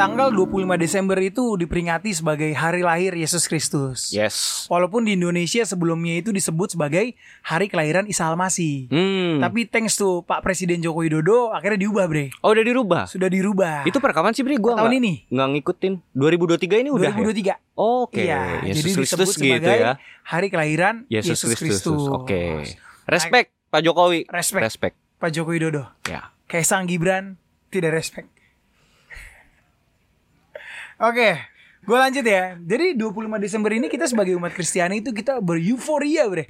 Speaker 2: Tanggal 25 Desember itu diperingati sebagai hari lahir Yesus Kristus.
Speaker 1: Yes.
Speaker 2: Walaupun di Indonesia sebelumnya itu disebut sebagai hari kelahiran Isa Almasih.
Speaker 1: Hmm.
Speaker 2: Tapi thanks tuh Pak Presiden Joko Widodo akhirnya diubah, Bre.
Speaker 1: Oh udah dirubah.
Speaker 2: Sudah dirubah.
Speaker 1: Itu perekaman sih Bri gua
Speaker 2: Tahun
Speaker 1: nggak-
Speaker 2: ini?
Speaker 1: nggak ngikutin. 2023 ini udah ya?
Speaker 2: 2023.
Speaker 1: Oke.
Speaker 2: Iya,
Speaker 1: Yesus
Speaker 2: jadi disebut
Speaker 1: Kristus gitu
Speaker 2: sebagai
Speaker 1: ya.
Speaker 2: hari kelahiran
Speaker 1: Yesus,
Speaker 2: Yesus,
Speaker 1: Kristus.
Speaker 2: Kristus.
Speaker 1: Oke. Respect Pak Jokowi.
Speaker 2: Respect.
Speaker 1: Respect.
Speaker 2: Pak Joko Widodo.
Speaker 1: Ya.
Speaker 2: Kaisang Gibran tidak respect. Oke, gue lanjut ya. Jadi 25 Desember ini kita sebagai umat Kristiani itu kita bereuforia, Bre.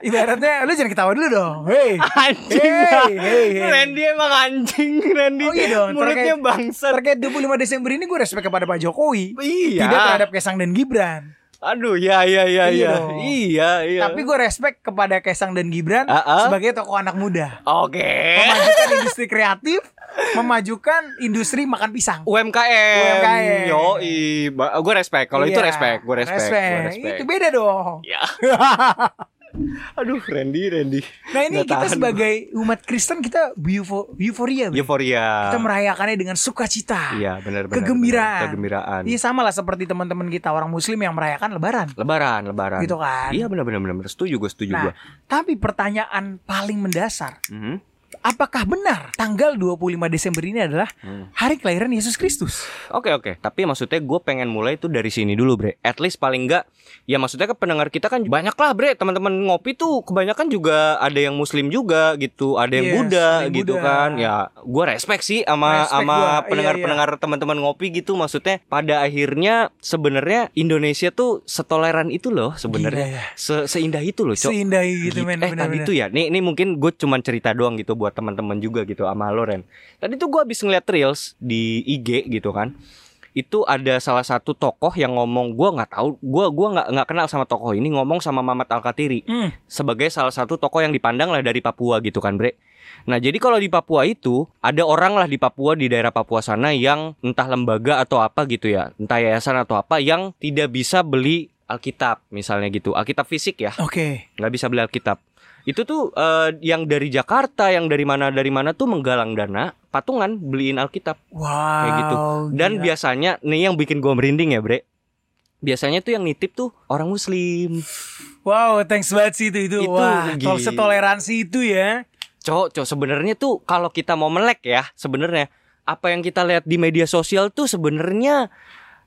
Speaker 2: Ibaratnya lu jangan ketawa dulu dong. Hey.
Speaker 1: Anjing.
Speaker 2: Hey, hey, hey.
Speaker 1: Randy emang anjing, Randy.
Speaker 2: Oh iya dong.
Speaker 1: Mulutnya
Speaker 2: terkait-
Speaker 1: bangsat.
Speaker 2: Terkait 25 Desember ini gue respect kepada Pak Jokowi.
Speaker 1: Iya.
Speaker 2: Tidak terhadap Kaisang dan Gibran.
Speaker 1: Aduh, ya ya ya
Speaker 2: Iya
Speaker 1: ya.
Speaker 2: dong.
Speaker 1: Iya, iya.
Speaker 2: Tapi gue respect kepada Kaisang dan Gibran
Speaker 1: Ah, ah.
Speaker 2: sebagai tokoh anak muda.
Speaker 1: Oke.
Speaker 2: Memajukan industri kreatif, memajukan industri makan pisang.
Speaker 1: UMKM.
Speaker 2: UMKM.
Speaker 1: Yoi, ba- gue respect. Kalau itu
Speaker 2: Iya,
Speaker 1: respect, gue respect. Gua respect.
Speaker 2: Itu beda dong.
Speaker 1: Ya. Aduh, Randy, Randy.
Speaker 2: Nah ini
Speaker 1: Nggak
Speaker 2: kita
Speaker 1: tahan
Speaker 2: sebagai umat Kristen kita eufo- euforia,
Speaker 1: gua.
Speaker 2: Bro.
Speaker 1: euforia.
Speaker 2: kita merayakannya dengan sukacita,
Speaker 1: Iya, benar benar.
Speaker 2: kegembiraan,
Speaker 1: benar. Kegembiraan. Iya,
Speaker 2: Iya sama lah seperti teman-teman kita orang Muslim yang merayakan Lebaran.
Speaker 1: Lebaran, lebaran.
Speaker 2: Gitu kan.
Speaker 1: Iya, benar benar benar. Setuju gue, setuju
Speaker 2: Nah,
Speaker 1: gue.
Speaker 2: tapi pertanyaan paling mendasar,
Speaker 1: Mhm.
Speaker 2: apakah benar tanggal 25 Desember ini adalah
Speaker 1: Hmm.
Speaker 2: hari kelahiran Yesus Kristus?
Speaker 1: Oke oke, tapi maksudnya gue pengen mulai tuh dari sini dulu bre. At least paling enggak, ya maksudnya ke pendengar kita kan banyak lah bre. Teman-teman ngopi tuh kebanyakan juga ada yang Muslim juga gitu, ada yang
Speaker 2: Yes,
Speaker 1: Buddha
Speaker 2: ada yang
Speaker 1: gitu
Speaker 2: Buddha.
Speaker 1: kan. Ya gue respect sih sama
Speaker 2: Respect
Speaker 1: sama
Speaker 2: gua, iya,
Speaker 1: pendengar-pendengar teman-teman ngopi gitu. Maksudnya pada akhirnya sebenarnya Indonesia tuh setoleran itu loh
Speaker 2: Gila ya.
Speaker 1: sebenarnya, Se- seindah itu loh. Cok.
Speaker 2: Seindah gitu, men,
Speaker 1: Eh tadi
Speaker 2: benar-benar.
Speaker 1: tuh ya, nih, nih mungkin gue cuman cerita doang gitu buat teman-teman juga gitu sama lo Ren. Tadi tuh gue habis ngeliat reels di IG gitu kan. Itu ada salah satu tokoh yang ngomong gue nggak tahu, gue gua nggak nggak kenal sama tokoh ini ngomong sama Mamat Alkatiri
Speaker 2: Hmm.
Speaker 1: sebagai salah satu tokoh yang dipandang lah dari Papua gitu kan Bre. Nah jadi kalau di Papua itu ada orang lah di Papua di daerah Papua sana yang entah lembaga atau apa gitu ya, entah yayasan atau apa yang tidak bisa beli Alkitab misalnya gitu, Alkitab fisik ya
Speaker 2: Oke.
Speaker 1: nggak bisa beli Alkitab. Itu tuh eh, yang dari Jakarta, yang dari mana dari mana tuh menggalang dana patungan beliin Alkitab
Speaker 2: Wow.
Speaker 1: kayak gitu. Dan
Speaker 2: Oh, gila.
Speaker 1: biasanya nih yang bikin gua merinding ya, Bre. Biasanya tuh yang nitip tuh orang muslim.
Speaker 2: Wow, thanks banget sih itu itu.
Speaker 1: Itu
Speaker 2: Wah, tol
Speaker 1: gila.
Speaker 2: setoleransi itu ya.
Speaker 1: Cok, cok sebenarnya tuh kalau kita mau melek ya, sebenarnya apa yang kita lihat di media sosial tuh sebenarnya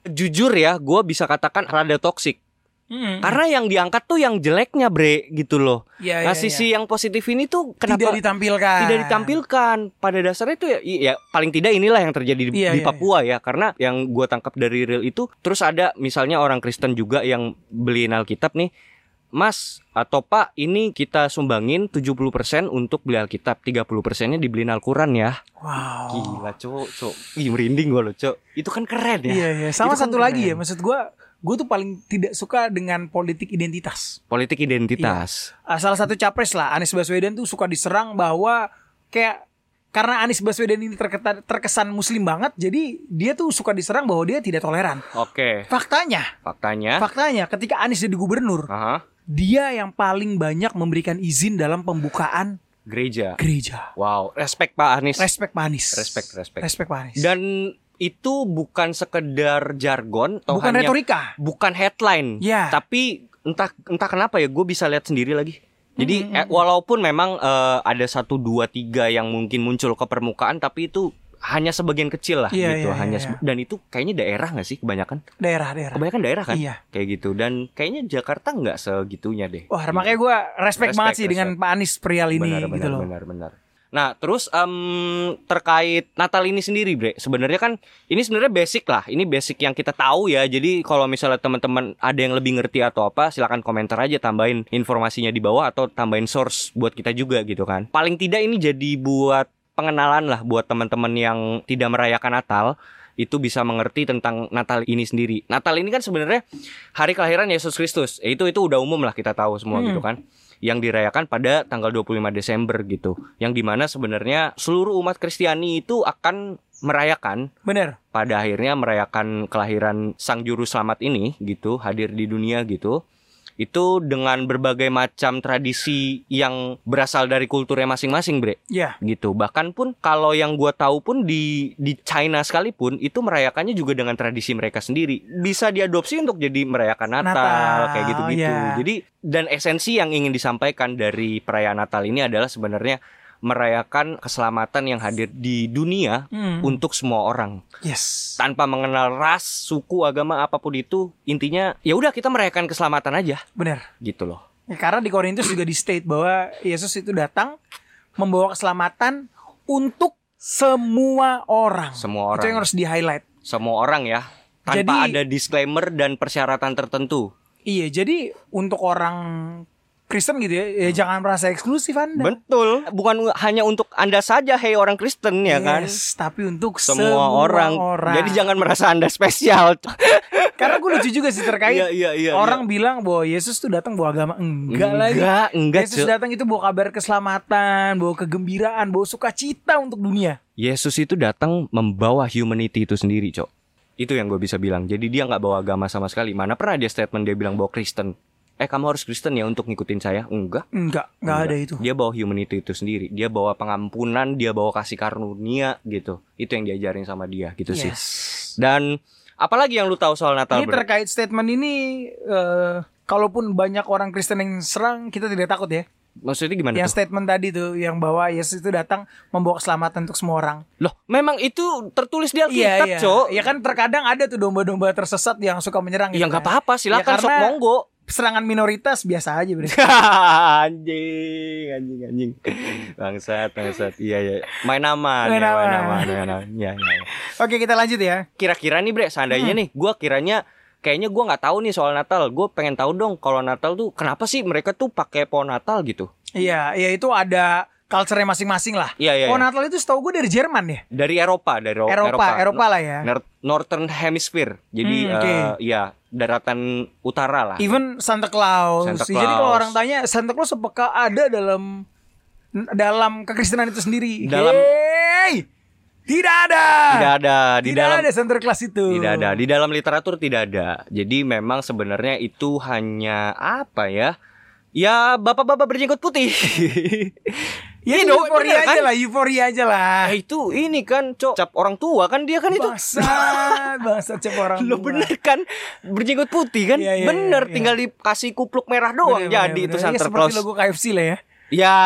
Speaker 1: jujur ya, gua bisa katakan rada toksik.
Speaker 2: Hmm.
Speaker 1: Karena yang diangkat tuh yang jeleknya, Bre, gitu loh.
Speaker 2: Iya,
Speaker 1: Nah,
Speaker 2: iya,
Speaker 1: sisi yang positif ini tuh kenapa
Speaker 2: tidak ditampilkan.
Speaker 1: tidak ditampilkan pada dasarnya itu ya, ya paling tidak inilah yang terjadi di,
Speaker 2: Iya,
Speaker 1: di
Speaker 2: iya,
Speaker 1: Papua ya karena yang gua tangkap dari real itu terus ada misalnya orang Kristen juga yang beliin Alkitab nih Mas atau Pak ini kita sumbangin 70% untuk beli Alkitab 30%-nya dibeliin Al-Quran ya
Speaker 2: Wow.
Speaker 1: Gila cok, cok Ih merinding gue loh cok Itu kan keren ya
Speaker 2: Iya iya. Sama
Speaker 1: Itu kan
Speaker 2: satu lagi ya,
Speaker 1: keren.
Speaker 2: maksud gua gue tuh paling tidak suka dengan politik identitas.
Speaker 1: Politik identitas
Speaker 2: Ah, Salah satu capres lah, Anies Baswedan tuh suka diserang bahwa kayak karena Anies Baswedan ini terketa- terkesan Muslim banget, jadi dia tuh suka diserang bahwa dia tidak toleran.
Speaker 1: Oke
Speaker 2: Faktanya,
Speaker 1: faktanya
Speaker 2: faktanya, ketika Anies jadi gubernur,
Speaker 1: Aha,
Speaker 2: dia yang paling banyak memberikan izin dalam pembukaan
Speaker 1: Gereja
Speaker 2: gereja.
Speaker 1: Wow respect Pak Anies
Speaker 2: Respect Pak Anies.
Speaker 1: Respect, respect.
Speaker 2: Respect Pak Anies.
Speaker 1: Dan itu bukan sekedar jargon atau
Speaker 2: bukan
Speaker 1: hanya-
Speaker 2: retorika.
Speaker 1: bukan headline.
Speaker 2: Ya.
Speaker 1: Tapi entah entah kenapa ya gue bisa lihat sendiri lagi. Jadi eh, walaupun memang eh, ada satu dua tiga yang mungkin muncul ke permukaan, tapi itu hanya sebagian kecil lah
Speaker 2: Iya,
Speaker 1: gitu.
Speaker 2: iya,
Speaker 1: hanya
Speaker 2: iya,
Speaker 1: sebe- dan itu kayaknya daerah nggak sih kebanyakan?
Speaker 2: Daerah, daerah.
Speaker 1: Kebanyakan daerah kan?
Speaker 2: Iya.
Speaker 1: Kayak gitu. Dan kayaknya Jakarta nggak segitunya deh.
Speaker 2: Wah, makanya gue respect,
Speaker 1: Respect,
Speaker 2: banget sih
Speaker 1: respect.
Speaker 2: dengan Pak Anies Prial ini
Speaker 1: benar,
Speaker 2: gitu
Speaker 1: benar,
Speaker 2: loh.
Speaker 1: Benar, benar. Nah, terus em, terkait Natal ini sendiri, Bre. Sebenarnya kan ini sebenarnya basic lah. Ini basic yang kita tahu ya. Jadi kalau misalnya teman-teman ada yang lebih ngerti atau apa, silakan komentar aja tambahin informasinya di bawah atau tambahin source buat kita juga gitu kan. Paling tidak ini jadi buat pengenalan lah buat teman-teman yang tidak merayakan Natal itu bisa mengerti tentang Natal ini sendiri. Natal ini kan sebenarnya hari kelahiran Yesus Kristus. Ya, itu itu udah umum lah kita tahu semua gitu kan. yang dirayakan pada tanggal 25 Desember gitu. Yang dimana sebenarnya seluruh umat Kristiani itu akan merayakan
Speaker 2: Bener.
Speaker 1: pada akhirnya merayakan kelahiran sang juru selamat ini gitu hadir di dunia gitu itu dengan berbagai macam tradisi yang berasal dari kulturnya masing-masing bre
Speaker 2: Ya.
Speaker 1: gitu bahkan pun kalau yang gua tahu pun di di China sekalipun itu merayakannya juga dengan tradisi mereka sendiri bisa diadopsi untuk jadi merayakan Natal,
Speaker 2: Natal,
Speaker 1: kayak gitu-gitu
Speaker 2: ya.
Speaker 1: jadi dan esensi yang ingin disampaikan dari perayaan Natal ini adalah sebenarnya merayakan keselamatan yang hadir di dunia
Speaker 2: Hmm.
Speaker 1: untuk semua orang
Speaker 2: Yes.
Speaker 1: tanpa mengenal ras, suku, agama apapun itu, intinya ya udah kita merayakan keselamatan aja
Speaker 2: Bener.
Speaker 1: gitu loh.
Speaker 2: Ya, karena di Korintus juga di state bahwa Yesus itu datang membawa keselamatan untuk semua orang.
Speaker 1: Semua
Speaker 2: Itu yang
Speaker 1: orang.
Speaker 2: harus di highlight.
Speaker 1: Semua orang ya,
Speaker 2: Jadi-
Speaker 1: tanpa ada disclaimer dan persyaratan tertentu.
Speaker 2: Iya, jadi untuk orang Kristen gitu ya, ya
Speaker 1: Hmm.
Speaker 2: jangan merasa eksklusif Anda.
Speaker 1: Betul, bukan hanya untuk Anda saja hei orang Kristen ya kan.
Speaker 2: Yes, tapi untuk
Speaker 1: Semua, orang. Jadi jangan merasa Anda spesial.
Speaker 2: Karena gue lucu juga sih terkait
Speaker 1: Iya, iya, iya,
Speaker 2: orang bilang bahwa Yesus tuh datang bawa agama enggak, lagi.
Speaker 1: Enggak, enggak,
Speaker 2: Yesus
Speaker 1: Cuk.
Speaker 2: datang itu bawa kabar keselamatan, bawa kegembiraan, bawa sukacita untuk dunia.
Speaker 1: Yesus itu datang membawa humanity itu sendiri, Cok. Itu yang gue bisa bilang. Jadi dia nggak bawa agama sama sekali. Mana pernah dia statement dia bilang bawa Kristen. Eh kamu harus Kristen ya untuk ngikutin saya? Enggak. Iya,
Speaker 2: Enggak, enggak ada itu.
Speaker 1: Dia bawa humanity itu sendiri. Dia bawa pengampunan, dia bawa kasih karunia gitu. Itu yang diajarin sama dia gitu sih. Dan apalagi yang lu tahu soal Natal?
Speaker 2: Ini
Speaker 1: Bro?
Speaker 2: terkait statement ini eh, kalaupun banyak orang Kristen yang serang, kita tidak takut ya.
Speaker 1: Maksudnya gimana
Speaker 2: Yang
Speaker 1: tuh?
Speaker 2: statement tadi tuh yang bahwa Yesus itu datang membawa keselamatan untuk semua orang.
Speaker 1: Loh, memang itu tertulis di
Speaker 2: Iya,
Speaker 1: Alkitab,
Speaker 2: iya.
Speaker 1: Cok.
Speaker 2: Ya kan terkadang ada tuh domba-domba tersesat yang suka menyerang. gitu
Speaker 1: Ya nggak
Speaker 2: kan.
Speaker 1: apa-apa,
Speaker 2: Ya,
Speaker 1: silakan sok
Speaker 2: karena-
Speaker 1: monggo.
Speaker 2: Serangan minoritas biasa aja bro.
Speaker 1: anjing, anjing, anjing. Bangsat, bangsat. Iya, iya. Main aman,
Speaker 2: Main
Speaker 1: ya, main
Speaker 2: aman.
Speaker 1: aman, main aman. Iya, iya, iya.
Speaker 2: Oke kita lanjut ya.
Speaker 1: Kira-kira nih, Bre, seandainya
Speaker 2: Hmm.
Speaker 1: nih gua kiranya kayaknya gua nggak tahu nih soal Natal. Gue pengen tahu dong kalau Natal tuh kenapa sih mereka tuh pakai pohon Natal gitu?
Speaker 2: Iya, ya itu ada culture masing-masing lah.
Speaker 1: Iya, iya.
Speaker 2: Oh
Speaker 1: iya.
Speaker 2: Natal itu setahu gue dari Jerman ya.
Speaker 1: Dari Eropa, dari Ro-
Speaker 2: Eropa, Eropa, lah ya.
Speaker 1: Ner- Northern Hemisphere. Jadi
Speaker 2: Hmm, oke. Iya.
Speaker 1: eh, ya daratan utara lah.
Speaker 2: Even Santa Claus.
Speaker 1: Santa
Speaker 2: Jadi kalau
Speaker 1: Claus.
Speaker 2: orang tanya Santa Claus apakah ada dalam dalam kekristenan itu sendiri?
Speaker 1: Dalam-
Speaker 2: Hey! tidak ada.
Speaker 1: Tidak ada di
Speaker 2: Tidak
Speaker 1: dalam
Speaker 2: ada Santa Claus itu.
Speaker 1: Tidak ada di dalam literatur tidak ada. Jadi memang sebenarnya itu hanya apa ya? Ya bapak-bapak berjenggot putih.
Speaker 2: Ya
Speaker 1: Ini dong,
Speaker 2: euforia
Speaker 1: bener kan?
Speaker 2: aja lah, euforia aja lah.
Speaker 1: Nah, itu ini kan cok cap orang tua kan dia kan itu.
Speaker 2: Bangsat, bangsat cep orang.
Speaker 1: Lo
Speaker 2: tua.
Speaker 1: bener kan berjenggot putih kan?
Speaker 2: Iya, iya,
Speaker 1: bener
Speaker 2: iya,
Speaker 1: tinggal dikasih kupluk merah doang
Speaker 2: Bener,
Speaker 1: jadi
Speaker 2: bener,
Speaker 1: itu
Speaker 2: bener. ya,
Speaker 1: Santa
Speaker 2: Seperti
Speaker 1: Claus.
Speaker 2: logo KFC lah ya.
Speaker 1: Ya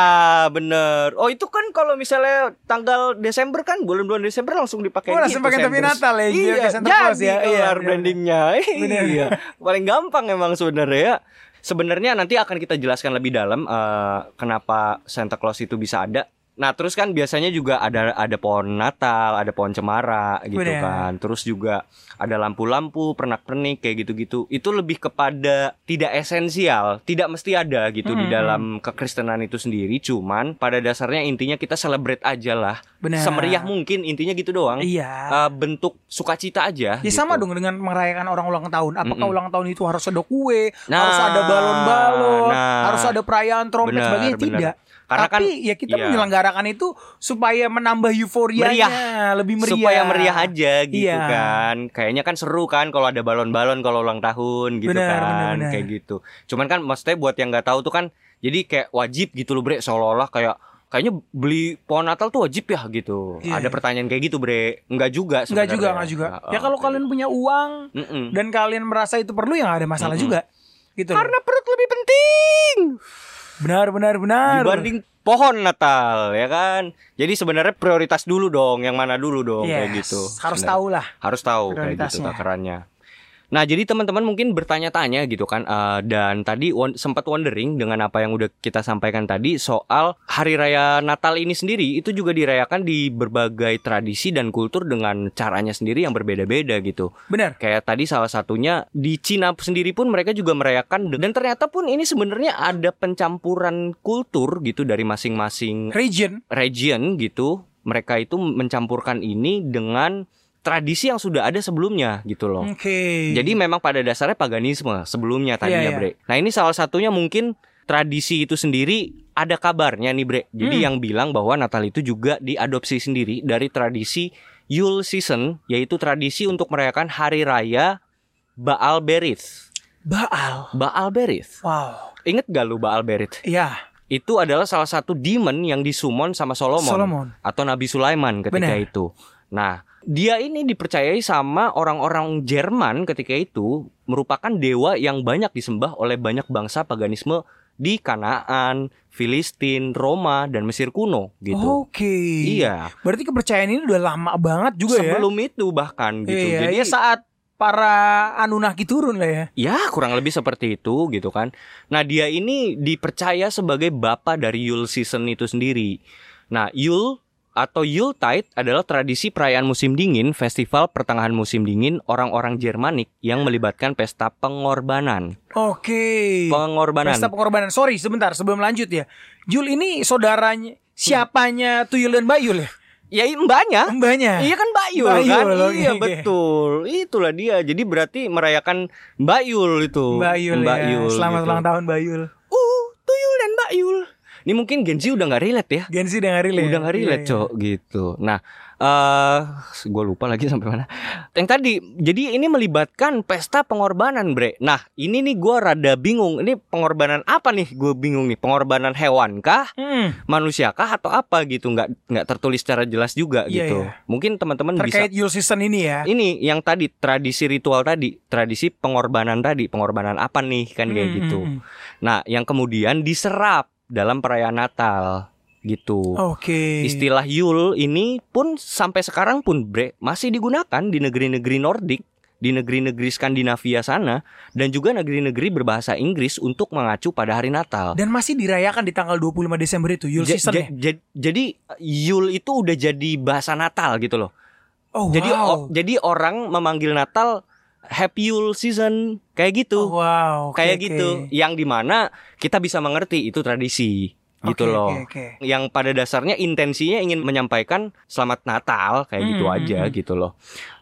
Speaker 1: bener. Oh itu kan kalau misalnya tanggal Desember kan bulan-bulan Desember langsung dipakai.
Speaker 2: Oh, langsung pakai topi Natal ya, biar
Speaker 1: Iya.
Speaker 2: kayak Santa Claus ya.
Speaker 1: jadi
Speaker 2: Iya,
Speaker 1: keluar
Speaker 2: bener.
Speaker 1: brandingnya.
Speaker 2: Bener.
Speaker 1: Iya. Paling gampang emang sebenarnya. ya. Sebenarnya nanti akan kita jelaskan lebih dalam eh, kenapa Santa Claus itu bisa ada. Nah terus kan biasanya juga ada ada pohon Natal, ada pohon cemara gitu
Speaker 2: Bener.
Speaker 1: kan. Terus juga ada lampu-lampu, pernak-pernik kayak gitu-gitu. Itu lebih kepada tidak esensial, tidak mesti ada gitu di
Speaker 2: Hmm.
Speaker 1: dalam kekristenan itu sendiri. Cuman pada dasarnya intinya kita celebrate aja lah,
Speaker 2: Benar.
Speaker 1: semeriah mungkin intinya gitu doang.
Speaker 2: Iya.
Speaker 1: Eh, bentuk sukacita aja.
Speaker 2: Ya
Speaker 1: gitu.
Speaker 2: sama dong dengan merayakan orang ulang tahun. Apakah
Speaker 1: Mm-mm.
Speaker 2: ulang tahun itu harus ada kue,
Speaker 1: Nah,
Speaker 2: harus ada balon-balon,
Speaker 1: nah.
Speaker 2: harus ada perayaan trompet
Speaker 1: Benar,
Speaker 2: sebagainya
Speaker 1: benar.
Speaker 2: tidak.
Speaker 1: Karena
Speaker 2: Tapi
Speaker 1: kan
Speaker 2: ya kita
Speaker 1: iya.
Speaker 2: menyelenggarakan itu supaya menambah euforianya,
Speaker 1: Meriah.
Speaker 2: lebih meriah.
Speaker 1: supaya meriah aja gitu
Speaker 2: Iya.
Speaker 1: kan. Kayaknya kan seru kan kalau ada balon-balon kalau ulang tahun gitu
Speaker 2: Benar,
Speaker 1: kan
Speaker 2: benar, benar.
Speaker 1: kayak gitu. Cuman kan maksudnya buat yang nggak tahu tuh kan jadi kayak wajib gitu loh Bre seolah-olah kayak kayaknya beli pohon Natal tuh wajib ya gitu.
Speaker 2: Iya.
Speaker 1: Ada pertanyaan kayak gitu Bre. Enggak
Speaker 2: Enggak
Speaker 1: juga sebenarnya.
Speaker 2: juga, enggak juga.
Speaker 1: Heeh,
Speaker 2: Ya kalau
Speaker 1: kayak
Speaker 2: kalian punya uang
Speaker 1: gitu. Mm-mm.
Speaker 2: dan kalian merasa itu perlu ya nggak ada masalah
Speaker 1: Mm-mm.
Speaker 2: juga. Gitu. loh.
Speaker 1: Hmm. karena perut lebih penting
Speaker 2: benar benar benar.
Speaker 1: dibanding pohon Natal ya kan. Jadi sebenarnya prioritas dulu dong, yang mana dulu dong kayak
Speaker 2: Yes,
Speaker 1: gitu.
Speaker 2: Harus
Speaker 1: Sebenarnya.
Speaker 2: tahu lah.
Speaker 1: harus tahu kayak gitu
Speaker 2: Prioritasnya.
Speaker 1: takarannya. Nah, jadi teman-teman mungkin bertanya-tanya gitu kan eh, dan tadi won- sempat wondering dengan apa yang udah kita sampaikan tadi soal hari raya Natal ini sendiri itu juga dirayakan di berbagai tradisi dan kultur dengan caranya sendiri yang berbeda-beda gitu.
Speaker 2: Benar.
Speaker 1: Kayak tadi salah satunya di Cina sendiri pun mereka juga merayakan dan ternyata pun ini sebenarnya ada pencampuran kultur gitu dari masing-masing
Speaker 2: Region.
Speaker 1: region gitu mereka itu mencampurkan ini dengan tradisi yang sudah ada sebelumnya gitu loh.
Speaker 2: Oke.
Speaker 1: Jadi memang pada dasarnya paganisme sebelumnya ya, tadinya
Speaker 2: Iya, iya.
Speaker 1: Bre. Nah, ini salah satunya mungkin tradisi itu sendiri ada kabarnya nih Bre. Jadi
Speaker 2: Hmm.
Speaker 1: yang bilang bahwa Natal itu juga diadopsi sendiri dari tradisi Yule season yaitu tradisi untuk merayakan hari raya Baal Berith.
Speaker 2: Baal.
Speaker 1: Baal Berith.
Speaker 2: Wow.
Speaker 1: Ingat gak lu Baal Berith?
Speaker 2: Iya.
Speaker 1: Itu adalah salah satu demon yang disummon sama Solomon,
Speaker 2: Solomon.
Speaker 1: atau Nabi Sulaiman ketika
Speaker 2: Benar.
Speaker 1: itu. Nah, dia ini dipercayai sama orang-orang Jerman ketika itu merupakan dewa yang banyak disembah oleh banyak bangsa paganisme di Kanaan, Filistin, Roma dan Mesir kuno gitu.
Speaker 2: Oke.
Speaker 1: Iya.
Speaker 2: Berarti kepercayaan ini udah lama banget juga
Speaker 1: Sebelum itu bahkan
Speaker 2: ya.
Speaker 1: gitu.
Speaker 2: Iya,
Speaker 1: Jadi
Speaker 2: ya saat para Anunnaki turun lah ya.
Speaker 1: Ya kurang lebih seperti itu gitu kan Nah dia ini dipercaya sebagai bapak dari Yule season itu sendiri Nah Yule atau Yuletide adalah tradisi perayaan musim dingin Festival pertengahan musim dingin orang-orang Jermanik Yang melibatkan pesta pengorbanan
Speaker 2: Oke.
Speaker 1: Pengorbanan
Speaker 2: Pesta pengorbanan. Sorry, sebentar sebelum lanjut ya. Jul ini saudaranya siapanya Tuyul dan Bayul ya?
Speaker 1: Ya i- mbaknya
Speaker 2: Mbaknya.
Speaker 1: Iya kan Mbak Yul
Speaker 2: Eh, Mbak
Speaker 1: kan
Speaker 2: Yul, oke,
Speaker 1: Iya
Speaker 2: oke.
Speaker 1: betul Itulah dia Jadi berarti merayakan Mbak Yul itu
Speaker 2: Bayul
Speaker 1: Mbak
Speaker 2: ya.
Speaker 1: Yul
Speaker 2: Selamat
Speaker 1: gitu.
Speaker 2: ulang tahun Bayul.
Speaker 1: Uh Tuyul dan Mbak Yul Ini mungkin Gen Z udah gak relate ya
Speaker 2: Gen Z udah Iya, nggak relate.
Speaker 1: Udah gak relate, Cok, gitu. Nah, eh gue lupa lagi sampai mana. Yang tadi, jadi ini melibatkan pesta pengorbanan, Bre. Nah, ini nih gue rada bingung. Ini pengorbanan apa nih? Gue bingung nih. Pengorbanan hewan kah?
Speaker 2: Hmm,
Speaker 1: Manusia kah? Atau apa gitu? Nggak nggak tertulis secara jelas juga
Speaker 2: Iya,
Speaker 1: gitu.
Speaker 2: iya.
Speaker 1: Mungkin teman-teman bisa.
Speaker 2: terkait Yul season ini ya.
Speaker 1: Ini yang tadi tradisi ritual tadi, tradisi pengorbanan tadi, pengorbanan apa nih kan kayak
Speaker 2: Hmm,
Speaker 1: gitu.
Speaker 2: hmm, hmm.
Speaker 1: Nah, yang kemudian diserap dalam perayaan Natal gitu.
Speaker 2: Oke.
Speaker 1: Istilah Yule ini pun sampai sekarang pun bre masih digunakan di negeri-negeri Nordik, di negeri-negeri Skandinavia sana dan juga negeri-negeri berbahasa Inggris untuk mengacu pada hari Natal.
Speaker 2: Dan masih dirayakan di tanggal 25 Desember itu Yul
Speaker 1: Ja-
Speaker 2: season
Speaker 1: ja-
Speaker 2: ya.
Speaker 1: ja- jadi uh, Yule itu udah jadi bahasa Natal gitu loh.
Speaker 2: Oh,
Speaker 1: Jadi
Speaker 2: wow.
Speaker 1: o- jadi orang memanggil Natal Happy Yule season kayak
Speaker 2: Oh,
Speaker 1: gitu.
Speaker 2: wow. Oke,
Speaker 1: kayak
Speaker 2: oke.
Speaker 1: gitu yang dimana kita bisa mengerti itu tradisi gitu
Speaker 2: Oke,
Speaker 1: loh.
Speaker 2: oke, oke.
Speaker 1: yang pada dasarnya intensinya ingin menyampaikan selamat Natal kayak gitu
Speaker 2: Hmm,
Speaker 1: aja
Speaker 2: hmm, hmm.
Speaker 1: gitu loh.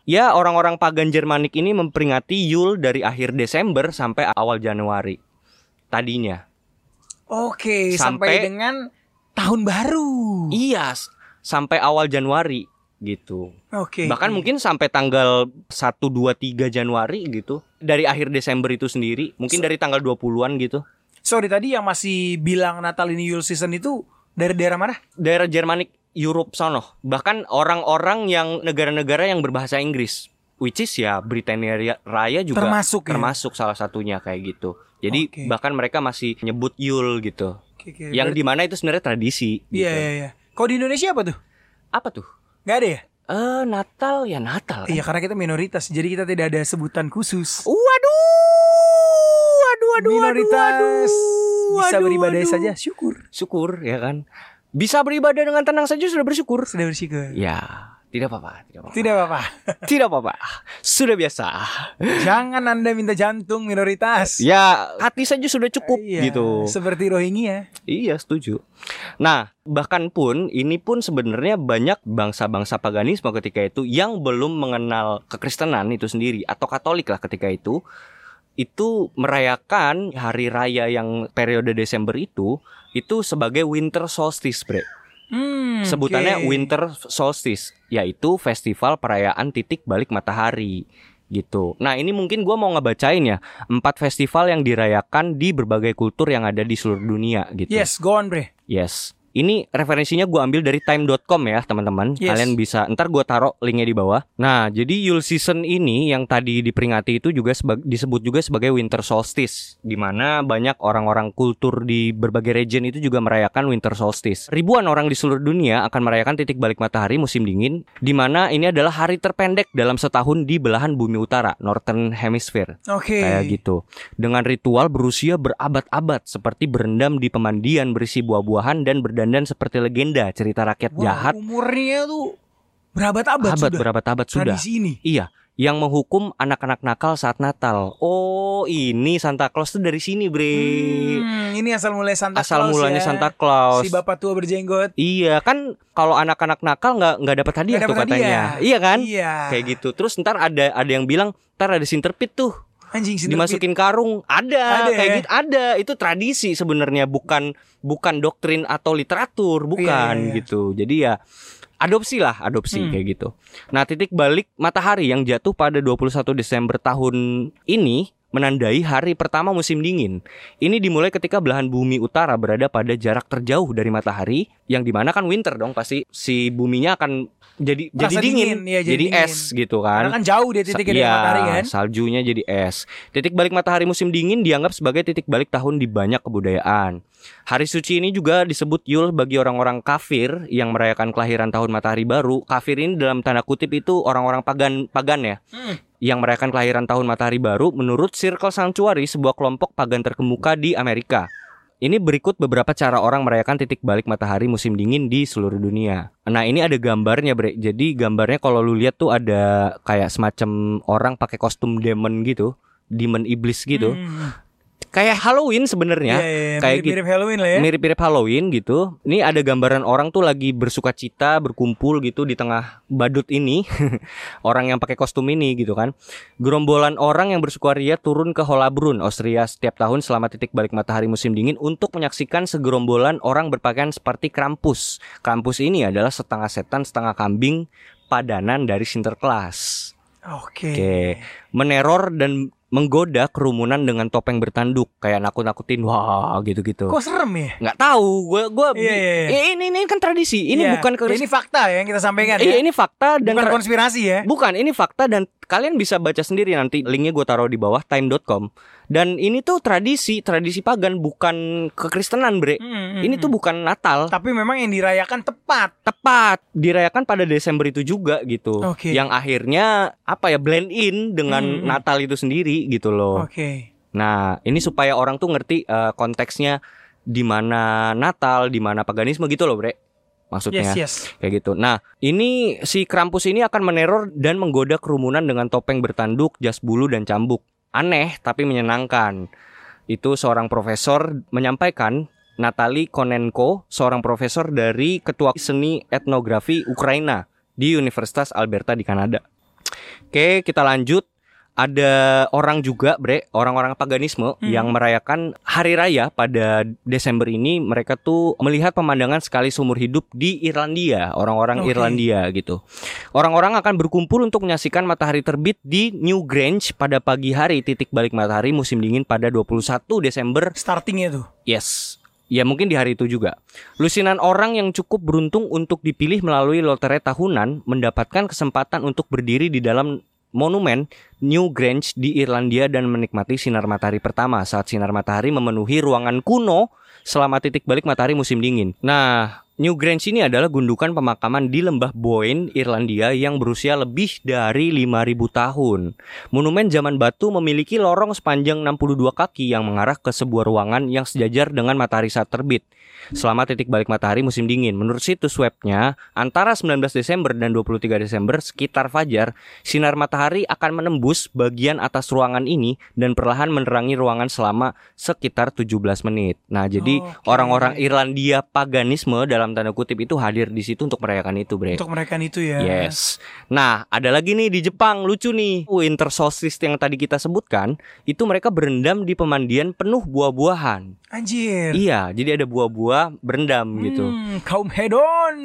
Speaker 1: Ya orang-orang pagan Jermanik ini memperingati Yul dari akhir Desember sampai awal Januari tadinya.
Speaker 2: Oke, sampai,
Speaker 1: Sampai-
Speaker 2: dengan tahun baru.
Speaker 1: Iya, s- sampai awal Januari gitu.
Speaker 2: Oke.
Speaker 1: Bahkan mungkin sampai tanggal 1 2 3 Januari gitu. Dari akhir Desember itu sendiri, mungkin dari tanggal 20-an gitu.
Speaker 2: Sorry tadi yang masih bilang Natal ini Yule season itu dari daerah mana?
Speaker 1: Daerah Jermanik Europe sono. Bahkan orang-orang yang negara-negara yang berbahasa Inggris which is ya Britania Ria- Raya juga
Speaker 2: Termasuk ya?
Speaker 1: termasuk salah satunya kayak gitu. Jadi
Speaker 2: Oke.
Speaker 1: bahkan mereka masih nyebut Yul gitu.
Speaker 2: Oke, oke. Berarti-
Speaker 1: Yang di mana itu sebenarnya tradisi gitu.
Speaker 2: Iya, iya, iya. Kalau di Indonesia apa tuh?
Speaker 1: Apa tuh?
Speaker 2: Gak ada ya?
Speaker 1: Eh Natal ya Natal. kan?
Speaker 2: Iya, karena kita minoritas, jadi kita tidak ada sebutan khusus.
Speaker 1: Waduh. Oh, Waduh waduh
Speaker 2: minoritas bisa
Speaker 1: waduh,
Speaker 2: beribadah
Speaker 1: waduh.
Speaker 2: saja, syukur.
Speaker 1: Syukur ya kan. Bisa beribadah dengan tenang saja sudah bersyukur.
Speaker 2: Sudah bersyukur.
Speaker 1: Ya, tidak apa-apa, tidak apa-apa.
Speaker 2: Tidak apa-apa.
Speaker 1: Tidak apa-apa. Sudah biasa.
Speaker 2: Jangan Anda minta jantung minoritas.
Speaker 1: Ya, hati saja sudah cukup
Speaker 2: Iya,
Speaker 1: gitu.
Speaker 2: Seperti Rohingya.
Speaker 1: Iya, setuju. Nah, bahkan pun ini pun sebenarnya banyak bangsa-bangsa paganisme ketika itu yang belum mengenal kekristenan itu sendiri atau Katolik lah ketika itu itu merayakan hari raya yang periode Desember itu itu sebagai winter solstice, Bre.
Speaker 2: Hmm,
Speaker 1: Sebutannya
Speaker 2: oke.
Speaker 1: winter solstice, yaitu festival perayaan titik balik matahari gitu. Nah, ini mungkin gua mau ngebacain ya empat festival yang dirayakan di berbagai kultur yang ada di seluruh dunia gitu.
Speaker 2: Yes, go on, Bre.
Speaker 1: Yes. Ini referensinya gue ambil dari time.com ya teman-teman.
Speaker 2: Yes.
Speaker 1: Kalian bisa ntar gue taruh linknya di bawah. Nah jadi Yule season ini yang tadi diperingati itu juga seba- disebut juga sebagai winter solstice, dimana banyak orang-orang kultur di berbagai region itu juga merayakan winter solstice. Ribuan orang di seluruh dunia akan merayakan titik balik matahari musim dingin, dimana ini adalah hari terpendek dalam setahun di belahan bumi utara (Northern Hemisphere)
Speaker 2: Oke.
Speaker 1: kayak gitu. Dengan ritual berusia berabad-abad seperti berendam di pemandian berisi buah-buahan dan berdandan seperti legenda cerita rakyat
Speaker 2: Wah,
Speaker 1: jahat
Speaker 2: Umurnya tuh berabad-abad
Speaker 1: abad
Speaker 2: sudah.
Speaker 1: berabad-abad sudah.
Speaker 2: Tradisi ini.
Speaker 1: Iya, yang menghukum anak-anak nakal saat Natal. Oh, ini Santa Claus tuh dari sini, Bre.
Speaker 2: Hmm, ini asal mulai Santa
Speaker 1: Asal
Speaker 2: Claus ya.
Speaker 1: mulanya Santa Claus.
Speaker 2: Si bapak tua berjenggot.
Speaker 1: Iya kan kalau anak-anak nakal nggak nggak dapat hadiah
Speaker 2: Nggak
Speaker 1: tuh
Speaker 2: dapat
Speaker 1: katanya.
Speaker 2: hadiah.
Speaker 1: Iya kan?
Speaker 2: Iya.
Speaker 1: Kayak gitu. Terus ntar ada ada yang bilang ntar ada sinterpit tuh.
Speaker 2: Anjing si Derpit.
Speaker 1: dimasukin karung ada,
Speaker 2: Ada
Speaker 1: kayak
Speaker 2: ya?
Speaker 1: gitu ada itu tradisi sebenarnya bukan bukan doktrin atau literatur bukan
Speaker 2: Iya, iya, iya.
Speaker 1: gitu jadi ya adopsi lah adopsi
Speaker 2: Hmm.
Speaker 1: kayak gitu nah titik balik matahari yang jatuh pada 21 Desember tahun ini menandai hari pertama musim dingin ini dimulai ketika belahan bumi utara berada pada jarak terjauh dari matahari yang dimana kan winter dong pasti si buminya akan jadi jadi
Speaker 2: Terasa
Speaker 1: dingin,
Speaker 2: dingin, iya, jadi
Speaker 1: jadi,
Speaker 2: dingin.
Speaker 1: es gitu
Speaker 2: Karena kan jauh dia titiknya dari
Speaker 1: Iya,
Speaker 2: matahari kan.
Speaker 1: Saljunya jadi es. Titik balik matahari musim dingin dianggap sebagai titik balik tahun di banyak kebudayaan. Hari suci ini juga disebut Yul bagi orang-orang kafir yang merayakan kelahiran tahun matahari baru. Kafir ini dalam tanda kutip itu orang-orang pagan pagan ya.
Speaker 2: Hmm.
Speaker 1: Yang merayakan kelahiran tahun matahari baru menurut Circle Sanctuary sebuah kelompok pagan terkemuka di Amerika. Ini berikut beberapa cara orang merayakan titik balik matahari musim dingin di seluruh dunia. Nah ini ada gambarnya Bre. Jadi gambarnya kalau lu lihat tuh ada kayak semacam orang pakai kostum demon gitu. Demon iblis gitu.
Speaker 2: Hmm.
Speaker 1: Kayak Halloween sebenarnya.
Speaker 2: Iya, iya, iya.
Speaker 1: kayak gitu.
Speaker 2: mirip-mirip Halloween lah ya.
Speaker 1: Mirip-mirip Halloween gitu. Ini ada gambaran orang tuh lagi bersuka cita, berkumpul gitu di tengah badut ini. orang yang pakai kostum ini gitu kan. Gerombolan orang yang bersukaria turun ke Holabrunn, Austria setiap tahun selama titik balik matahari musim dingin untuk menyaksikan segerombolan orang berpakaian seperti Krampus. Krampus ini adalah setengah setan, setengah kambing padanan dari Sinterklas.
Speaker 2: Oke.
Speaker 1: Oke, meneror dan menggoda kerumunan dengan topeng bertanduk kayak nakut-nakutin wah gitu-gitu
Speaker 2: Kok serem ya?
Speaker 1: nggak tahu gue gue
Speaker 2: Iya, iya, iya.
Speaker 1: Ya, ini ini kan tradisi ini
Speaker 2: Iya.
Speaker 1: bukan
Speaker 2: Ya, ini fakta ya yang kita sampaikan ya.
Speaker 1: iya ini fakta dan
Speaker 2: bukan
Speaker 1: tra-
Speaker 2: konspirasi ya.
Speaker 1: bukan ini fakta dan kalian bisa baca sendiri nanti linknya gue taruh di bawah time.com dan ini tuh tradisi tradisi pagan bukan kekristenan bre
Speaker 2: Hmm, hmm,
Speaker 1: ini
Speaker 2: hmm.
Speaker 1: tuh bukan Natal
Speaker 2: tapi memang yang dirayakan tepat.
Speaker 1: tepat dirayakan pada Desember itu juga gitu
Speaker 2: Oke.
Speaker 1: yang akhirnya apa ya blend in dengan
Speaker 2: Hmm.
Speaker 1: Natal itu sendiri gitu loh
Speaker 2: Oke.
Speaker 1: Nah, ini supaya orang tuh ngerti eh, konteksnya di mana Natal, di mana paganisme gitu loh, Bre.
Speaker 2: Yes,
Speaker 1: Maksudnya
Speaker 2: yes.
Speaker 1: kayak gitu. Nah, ini si Krampus ini akan meneror dan menggoda kerumunan dengan topeng bertanduk, jas bulu dan cambuk. Aneh tapi menyenangkan. Itu seorang profesor menyampaikan Natalie Konenko, seorang profesor dari Ketua Seni Etnografi Ukraina di Universitas Alberta di Kanada. Oke, kita lanjut. Ada orang juga, Bre, orang-orang paganisme
Speaker 2: Hmm.
Speaker 1: yang merayakan hari raya pada Desember ini, mereka tuh melihat pemandangan sekali seumur hidup di Irlandia, orang-orang
Speaker 2: Oke.
Speaker 1: Irlandia gitu. Orang-orang akan berkumpul untuk menyaksikan matahari terbit di Newgrange pada pagi hari titik balik matahari musim dingin pada 21 Desember
Speaker 2: Startingnya tuh.
Speaker 1: Yes. Ya mungkin di hari itu juga. Lusinan orang yang cukup beruntung untuk dipilih melalui lotere tahunan mendapatkan kesempatan untuk berdiri di dalam monumen Newgrange di Irlandia dan menikmati sinar matahari pertama saat sinar matahari memenuhi ruangan kuno selama titik balik matahari musim dingin. Nah, Newgrange ini adalah gundukan pemakaman di lembah Boyne, Irlandia yang berusia lebih dari 5000 tahun. Monumen zaman batu memiliki lorong sepanjang 62 kaki yang mengarah ke sebuah ruangan yang sejajar dengan matahari saat terbit. Selama titik balik matahari musim dingin, menurut situs webnya, antara 19 Desember dan 23 Desember sekitar fajar, sinar matahari akan menembus bagian atas ruangan ini dan perlahan menerangi ruangan selama sekitar 17 menit. Nah, jadi
Speaker 2: Oke.
Speaker 1: orang-orang Irlandia paganisme dalam tanda kutip itu hadir di situ untuk merayakan itu, Bre.
Speaker 2: Untuk merayakan itu ya.
Speaker 1: Yes. Nah, ada lagi nih di Jepang lucu nih. Winter solstice yang tadi kita sebutkan, itu mereka berendam di pemandian penuh buah-buahan.
Speaker 2: Anjir.
Speaker 1: Iya, jadi ada buah-buah berendam gitu.
Speaker 2: Ya. Hmm, kaum hedon.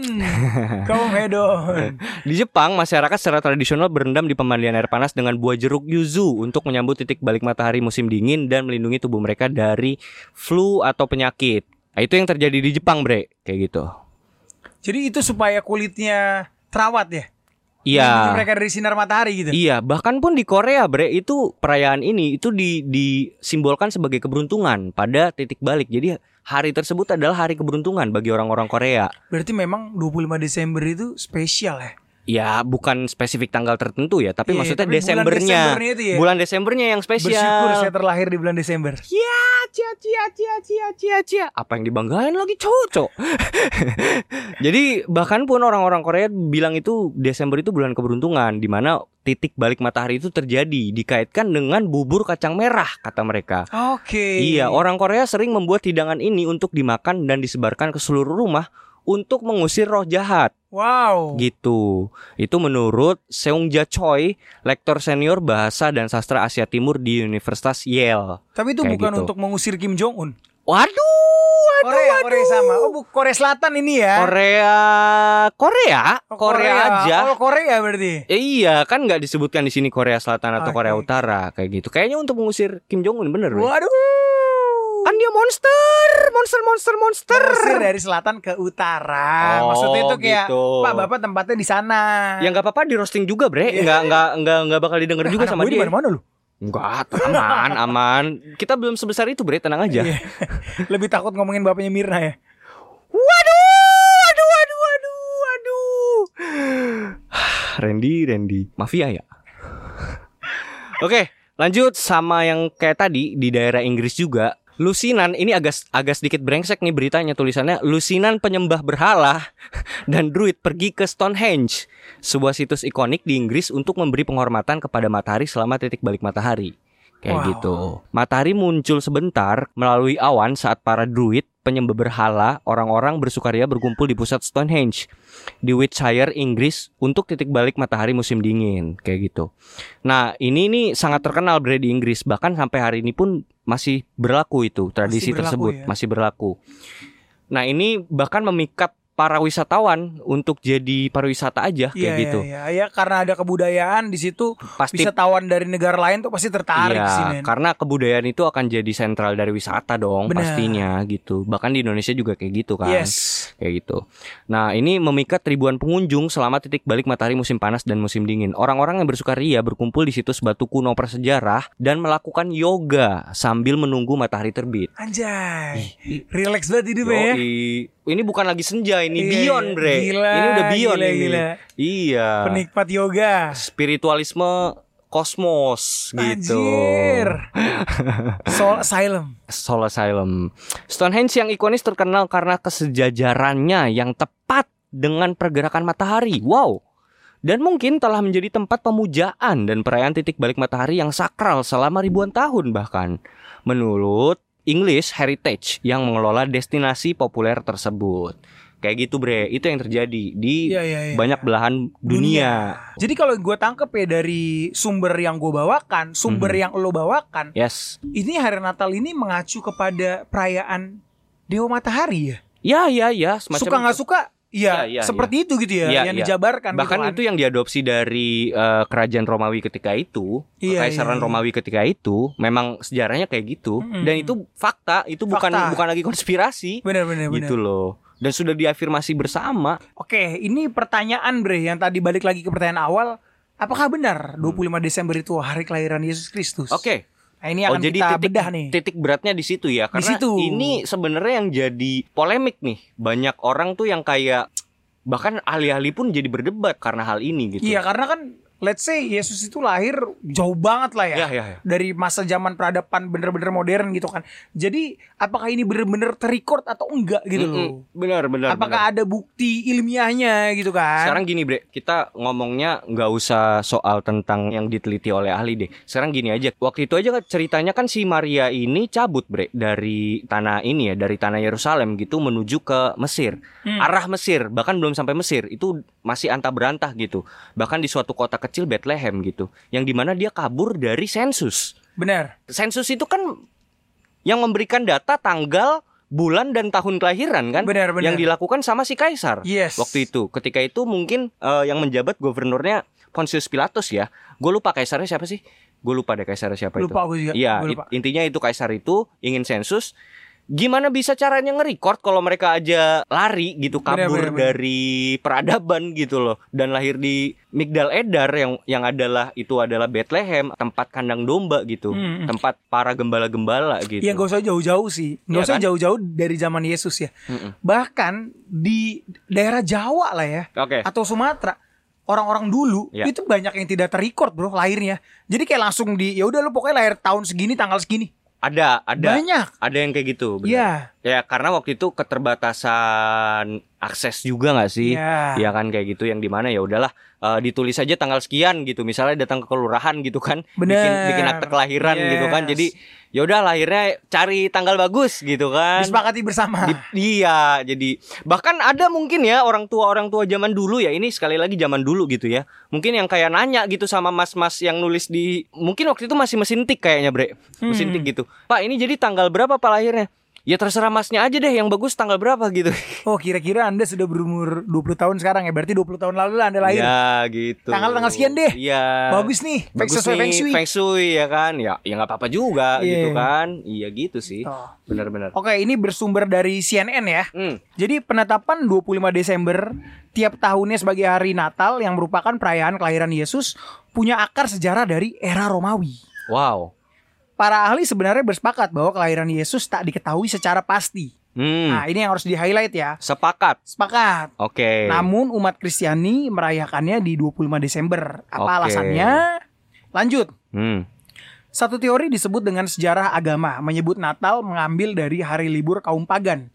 Speaker 2: kaum hedon.
Speaker 1: Di Jepang, masyarakat secara tradisional berendam di pemandian air panas dengan buah jeruk yuzu untuk menyambut titik balik matahari musim dingin dan melindungi tubuh mereka dari flu atau penyakit. Nah, itu yang terjadi di Jepang, Bre. Kayak gitu.
Speaker 2: Jadi itu supaya kulitnya terawat ya. Melindungi
Speaker 1: Iya.
Speaker 2: Mereka dari sinar matahari gitu.
Speaker 1: Iya, bahkan pun di Korea, Bre, itu perayaan ini itu di, disimbolkan sebagai keberuntungan pada titik balik. Jadi hari tersebut adalah hari keberuntungan bagi orang-orang Korea.
Speaker 2: Berarti memang 25 Desember itu spesial ya.
Speaker 1: Ya, bukan spesifik tanggal tertentu ya, tapi
Speaker 2: Iya,
Speaker 1: maksudnya
Speaker 2: tapi bulan
Speaker 1: Desembernya.
Speaker 2: Desembernya itu ya.
Speaker 1: Bulan Desembernya yang spesial.
Speaker 2: Bersyukur saya terlahir di bulan Desember.
Speaker 1: Cia, cia, cia, cia, cia, cia, cia. Apa yang dibanggain lagi cocok. Jadi bahkan pun orang-orang Korea bilang itu Desember itu bulan keberuntungan di mana titik balik matahari itu terjadi dikaitkan dengan bubur kacang merah kata mereka.
Speaker 2: Oke.
Speaker 1: Iya, orang Korea sering membuat hidangan ini untuk dimakan dan disebarkan ke seluruh rumah untuk mengusir roh jahat
Speaker 2: Wow.
Speaker 1: gitu. Itu menurut Seungja Choi, lektor senior bahasa dan sastra Asia Timur di Universitas Yale.
Speaker 2: Tapi itu
Speaker 1: Kayak
Speaker 2: bukan
Speaker 1: gitu.
Speaker 2: untuk mengusir Kim Jong Un.
Speaker 1: Waduh, waduh,
Speaker 2: Korea,
Speaker 1: waduh.
Speaker 2: Korea sama. Oh, bu, Korea Selatan ini ya.
Speaker 1: Korea, Korea,
Speaker 2: Oh,
Speaker 1: Korea aja.
Speaker 2: Oh, Korea berarti.
Speaker 1: Eh, Iya, kan nggak disebutkan di sini Korea Selatan atau
Speaker 2: Oke.
Speaker 1: Korea Utara kayak gitu. Kayaknya untuk mengusir Kim Jong Un bener. Wi.
Speaker 2: Waduh.
Speaker 1: Kan dia monster, monster, monster, monster.
Speaker 2: Mengusir dari selatan ke utara. Ah,
Speaker 1: Oh,
Speaker 2: Maksudnya itu kayak
Speaker 1: gitu.
Speaker 2: Pak Bapak tempatnya di sana.
Speaker 1: Ya nggak apa-apa di roasting juga bre,
Speaker 2: Iya.
Speaker 1: nggak nggak nggak nggak bakal didengar juga sama dia.
Speaker 2: mana lu?
Speaker 1: Enggak, aman, aman. Kita belum sebesar itu bre, tenang aja.
Speaker 2: Iya. Lebih takut ngomongin bapaknya Mirna ya.
Speaker 1: Waduh, waduh, waduh, waduh, waduh. Randy, Randy, mafia ya. Oke, lanjut sama yang kayak tadi di daerah Inggris juga. Lusinan ini agak agak sedikit brengsek nih beritanya tulisannya Lusinan penyembah berhala dan druid pergi ke Stonehenge, sebuah situs ikonik di Inggris untuk memberi penghormatan kepada matahari selama titik balik matahari. Kayak
Speaker 2: Wow.
Speaker 1: gitu. Matahari muncul sebentar melalui awan saat para druid penyembah berhala orang-orang bersukaria berkumpul di pusat Stonehenge di Wiltshire, Inggris untuk titik balik matahari musim dingin kayak gitu. Nah, ini nih sangat terkenal bre di Inggris bahkan sampai hari ini pun masih berlaku itu tradisi
Speaker 2: berlaku
Speaker 1: tersebut,
Speaker 2: ya?
Speaker 1: masih berlaku. Nah, ini bahkan memikat para wisatawan untuk jadi pariwisata aja kayak
Speaker 2: Iya,
Speaker 1: gitu.
Speaker 2: Iya, iya. Ya, karena ada kebudayaan di situ,
Speaker 1: Pasti
Speaker 2: wisatawan dari negara lain tuh pasti tertarik
Speaker 1: Iya,
Speaker 2: sih, men.
Speaker 1: karena kebudayaan itu akan jadi sentral dari wisata dong
Speaker 2: Benar. Iya,
Speaker 1: pastinya gitu. Bahkan di Indonesia juga kayak gitu kan.
Speaker 2: Yes.
Speaker 1: Kayak gitu. Nah, ini memikat ribuan pengunjung selama titik balik matahari musim panas dan musim dingin. Orang-orang yang bersukaria berkumpul di situs batu kuno prasejarah dan melakukan yoga sambil menunggu matahari terbit.
Speaker 2: Anjay. Relax banget hidupnya ya.
Speaker 1: Yoi. Ini bukan lagi senja, ini
Speaker 2: Iya,
Speaker 1: beyond,
Speaker 2: iya.
Speaker 1: Bre.
Speaker 2: Gila,
Speaker 1: ini udah beyond
Speaker 2: gila,
Speaker 1: ini.
Speaker 2: gila.
Speaker 1: Iya.
Speaker 2: Penikmat yoga.
Speaker 1: Spiritualisme kosmos gitu.
Speaker 2: Anjir. Soul Asylum.
Speaker 1: Soul Asylum. Stonehenge yang ikonis terkenal karena kesejajarannya yang tepat dengan pergerakan matahari. Wow. Dan mungkin telah menjadi tempat pemujaan dan perayaan titik balik matahari yang sakral selama ribuan tahun bahkan. Menurut English Heritage yang mengelola destinasi populer tersebut. Kayak gitu bre, itu yang terjadi di
Speaker 2: Iya, iya, iya.
Speaker 1: banyak belahan dunia.
Speaker 2: Jadi kalau gue tangkep ya dari sumber yang gue bawakan, sumber
Speaker 1: Mhm.
Speaker 2: yang lo bawakan,
Speaker 1: Yes.
Speaker 2: ini hari Natal ini mengacu kepada perayaan Dewa Matahari ya.
Speaker 1: Ya, ya, ya. Semacam
Speaker 2: suka
Speaker 1: itu.
Speaker 2: nggak suka, ya,
Speaker 1: Iya, iya,
Speaker 2: seperti itu gitu kan. ya,
Speaker 1: Iya,
Speaker 2: yang
Speaker 1: iya.
Speaker 2: dijabarkan.
Speaker 1: Bahkan itu yang diadopsi dari eh, kerajaan Romawi ketika itu,
Speaker 2: Iya, iya,
Speaker 1: kekaisaran
Speaker 2: iya.
Speaker 1: Romawi ketika itu, memang sejarahnya kayak gitu.
Speaker 2: Mm-mm.
Speaker 1: Dan itu fakta, itu bukan
Speaker 2: Fakta.
Speaker 1: bukan lagi konspirasi,
Speaker 2: benar-benar.
Speaker 1: gitu loh. Dan sudah diafirmasi bersama.
Speaker 2: Oke, ini pertanyaan Bre yang tadi balik lagi ke pertanyaan awal. Apakah benar 25 Desember itu hari kelahiran Yesus Kristus?
Speaker 1: Hmm. Oke,
Speaker 2: Nah, ini
Speaker 1: oh
Speaker 2: akan
Speaker 1: jadi
Speaker 2: kita
Speaker 1: titik
Speaker 2: bedah nih.
Speaker 1: titik beratnya di situ ya,
Speaker 2: Di
Speaker 1: karena
Speaker 2: situ.
Speaker 1: ini sebenarnya yang jadi polemik nih. Banyak orang tuh yang kayak bahkan ahli-ahli pun jadi berdebat karena hal ini gitu.
Speaker 2: Iya, karena kan let's say Yesus itu lahir jauh banget lah ya.
Speaker 1: ya, ya, ya.
Speaker 2: Dari masa zaman peradaban bener-bener modern gitu kan. Jadi apakah ini bener-bener terrecord atau enggak gitu loh.
Speaker 1: Mm-mm. Benar, benar. benar.
Speaker 2: Apakah ada bukti ilmiahnya gitu kan?
Speaker 1: Sekarang gini bre, kita ngomongnya nggak usah soal tentang yang diteliti oleh ahli deh. Sekarang gini aja, waktu itu aja kan ceritanya kan si Maria ini cabut bre dari tanah ini ya, dari tanah Yerusalem gitu menuju ke Mesir,
Speaker 2: Hmm.
Speaker 1: arah Mesir, bahkan belum sampai Mesir itu masih antah berantah gitu. Bahkan di suatu kota kecil Bethlehem gitu, yang dimana dia kabur dari sensus.
Speaker 2: benar.
Speaker 1: Sensus itu kan yang memberikan data tanggal, bulan dan tahun kelahiran kan,
Speaker 2: Benar, benar.
Speaker 1: yang dilakukan sama si kaisar
Speaker 2: Yes.
Speaker 1: waktu itu. Ketika itu mungkin eh, yang menjabat gubernurnya Pontius Pilatus ya. Gue lupa kaisarnya siapa sih? Gue lupa deh kaisarnya siapa itu.
Speaker 2: Lupa aku juga.
Speaker 1: Iya,
Speaker 2: Gua
Speaker 1: it-
Speaker 2: lupa.
Speaker 1: intinya itu kaisar itu ingin sensus. Gimana bisa caranya nge-record kalau mereka aja lari gitu
Speaker 2: Bener, bener,
Speaker 1: kabur
Speaker 2: bener.
Speaker 1: dari peradaban gitu loh dan lahir di Migdal Edar yang yang adalah itu adalah Bethlehem, tempat kandang domba gitu,
Speaker 2: Hmm.
Speaker 1: tempat para gembala-gembala gitu.
Speaker 2: Ya nggak usah jauh-jauh sih, nggak
Speaker 1: Iya
Speaker 2: usah
Speaker 1: kan?
Speaker 2: jauh-jauh dari zaman Yesus ya.
Speaker 1: Mm-mm.
Speaker 2: Bahkan di daerah Jawa lah ya,
Speaker 1: Oke.
Speaker 2: atau Sumatera, orang-orang dulu
Speaker 1: Eh. Iya.
Speaker 2: itu banyak yang tidak terrecord bro lahirnya. Jadi kayak langsung di, ya udah lu pokoknya lahir tahun segini, tanggal segini.
Speaker 1: Ada, ada.
Speaker 2: Banyak.
Speaker 1: Ada yang kayak gitu. bener.
Speaker 2: Iya.
Speaker 1: Ya karena waktu itu keterbatasan akses juga nggak sih?
Speaker 2: Ya.
Speaker 1: Ya kan kayak gitu yang dimana ya udahlah eh, ditulis aja tanggal sekian gitu. Misalnya datang ke kelurahan gitu kan, bikin
Speaker 2: Bener.
Speaker 1: bikin akte kelahiran gitu kan.
Speaker 2: Yes.
Speaker 1: Jadi ya udah lahirnya cari tanggal bagus gitu kan.
Speaker 2: Disepakati bersama.
Speaker 1: Di- Iya, jadi bahkan ada mungkin ya orang tua orang tua zaman dulu ya ini sekali lagi zaman dulu gitu ya. Mungkin yang kayak nanya gitu sama mas-mas yang nulis di mungkin waktu itu masih mesin tik kayaknya bre, mesin
Speaker 2: Hmm.
Speaker 1: tik gitu. Pak ini jadi tanggal berapa pak lahirnya? Ya terserah masnya aja deh yang bagus tanggal berapa gitu.
Speaker 2: Oh, kira-kira Anda sudah berumur 20 tahun sekarang ya. Berarti 20 tahun lalu lah Anda lahir.
Speaker 1: Ya gitu.
Speaker 2: Tanggal-tanggal sekian deh.
Speaker 1: Iya.
Speaker 2: Bagus nih. Feng-
Speaker 1: Bagus
Speaker 2: sesuai
Speaker 1: nih,
Speaker 2: Feng Shui.
Speaker 1: Feng Shui ya kan. Ya ya nggak apa-apa juga
Speaker 2: Iya.
Speaker 1: gitu kan. Iya gitu sih.
Speaker 2: Oh.
Speaker 1: Benar-benar.
Speaker 2: Oke, ini bersumber dari CNN ya.
Speaker 1: Hmm.
Speaker 2: Jadi penetapan 25 Desember tiap tahunnya sebagai hari Natal yang merupakan perayaan kelahiran Yesus punya akar sejarah dari era Romawi.
Speaker 1: Wow.
Speaker 2: Para ahli sebenarnya bersepakat bahwa kelahiran Yesus tak diketahui secara pasti.
Speaker 1: Hmm.
Speaker 2: Nah, ini yang harus di-highlight ya.
Speaker 1: Sepakat.
Speaker 2: Sepakat.
Speaker 1: Oke.
Speaker 2: Namun umat Kristiani merayakannya di 25 Desember. Apa
Speaker 1: Oke.
Speaker 2: alasannya? Lanjut.
Speaker 1: Hmm.
Speaker 2: Satu teori disebut dengan sejarah agama, menyebut Natal mengambil dari hari libur kaum pagan.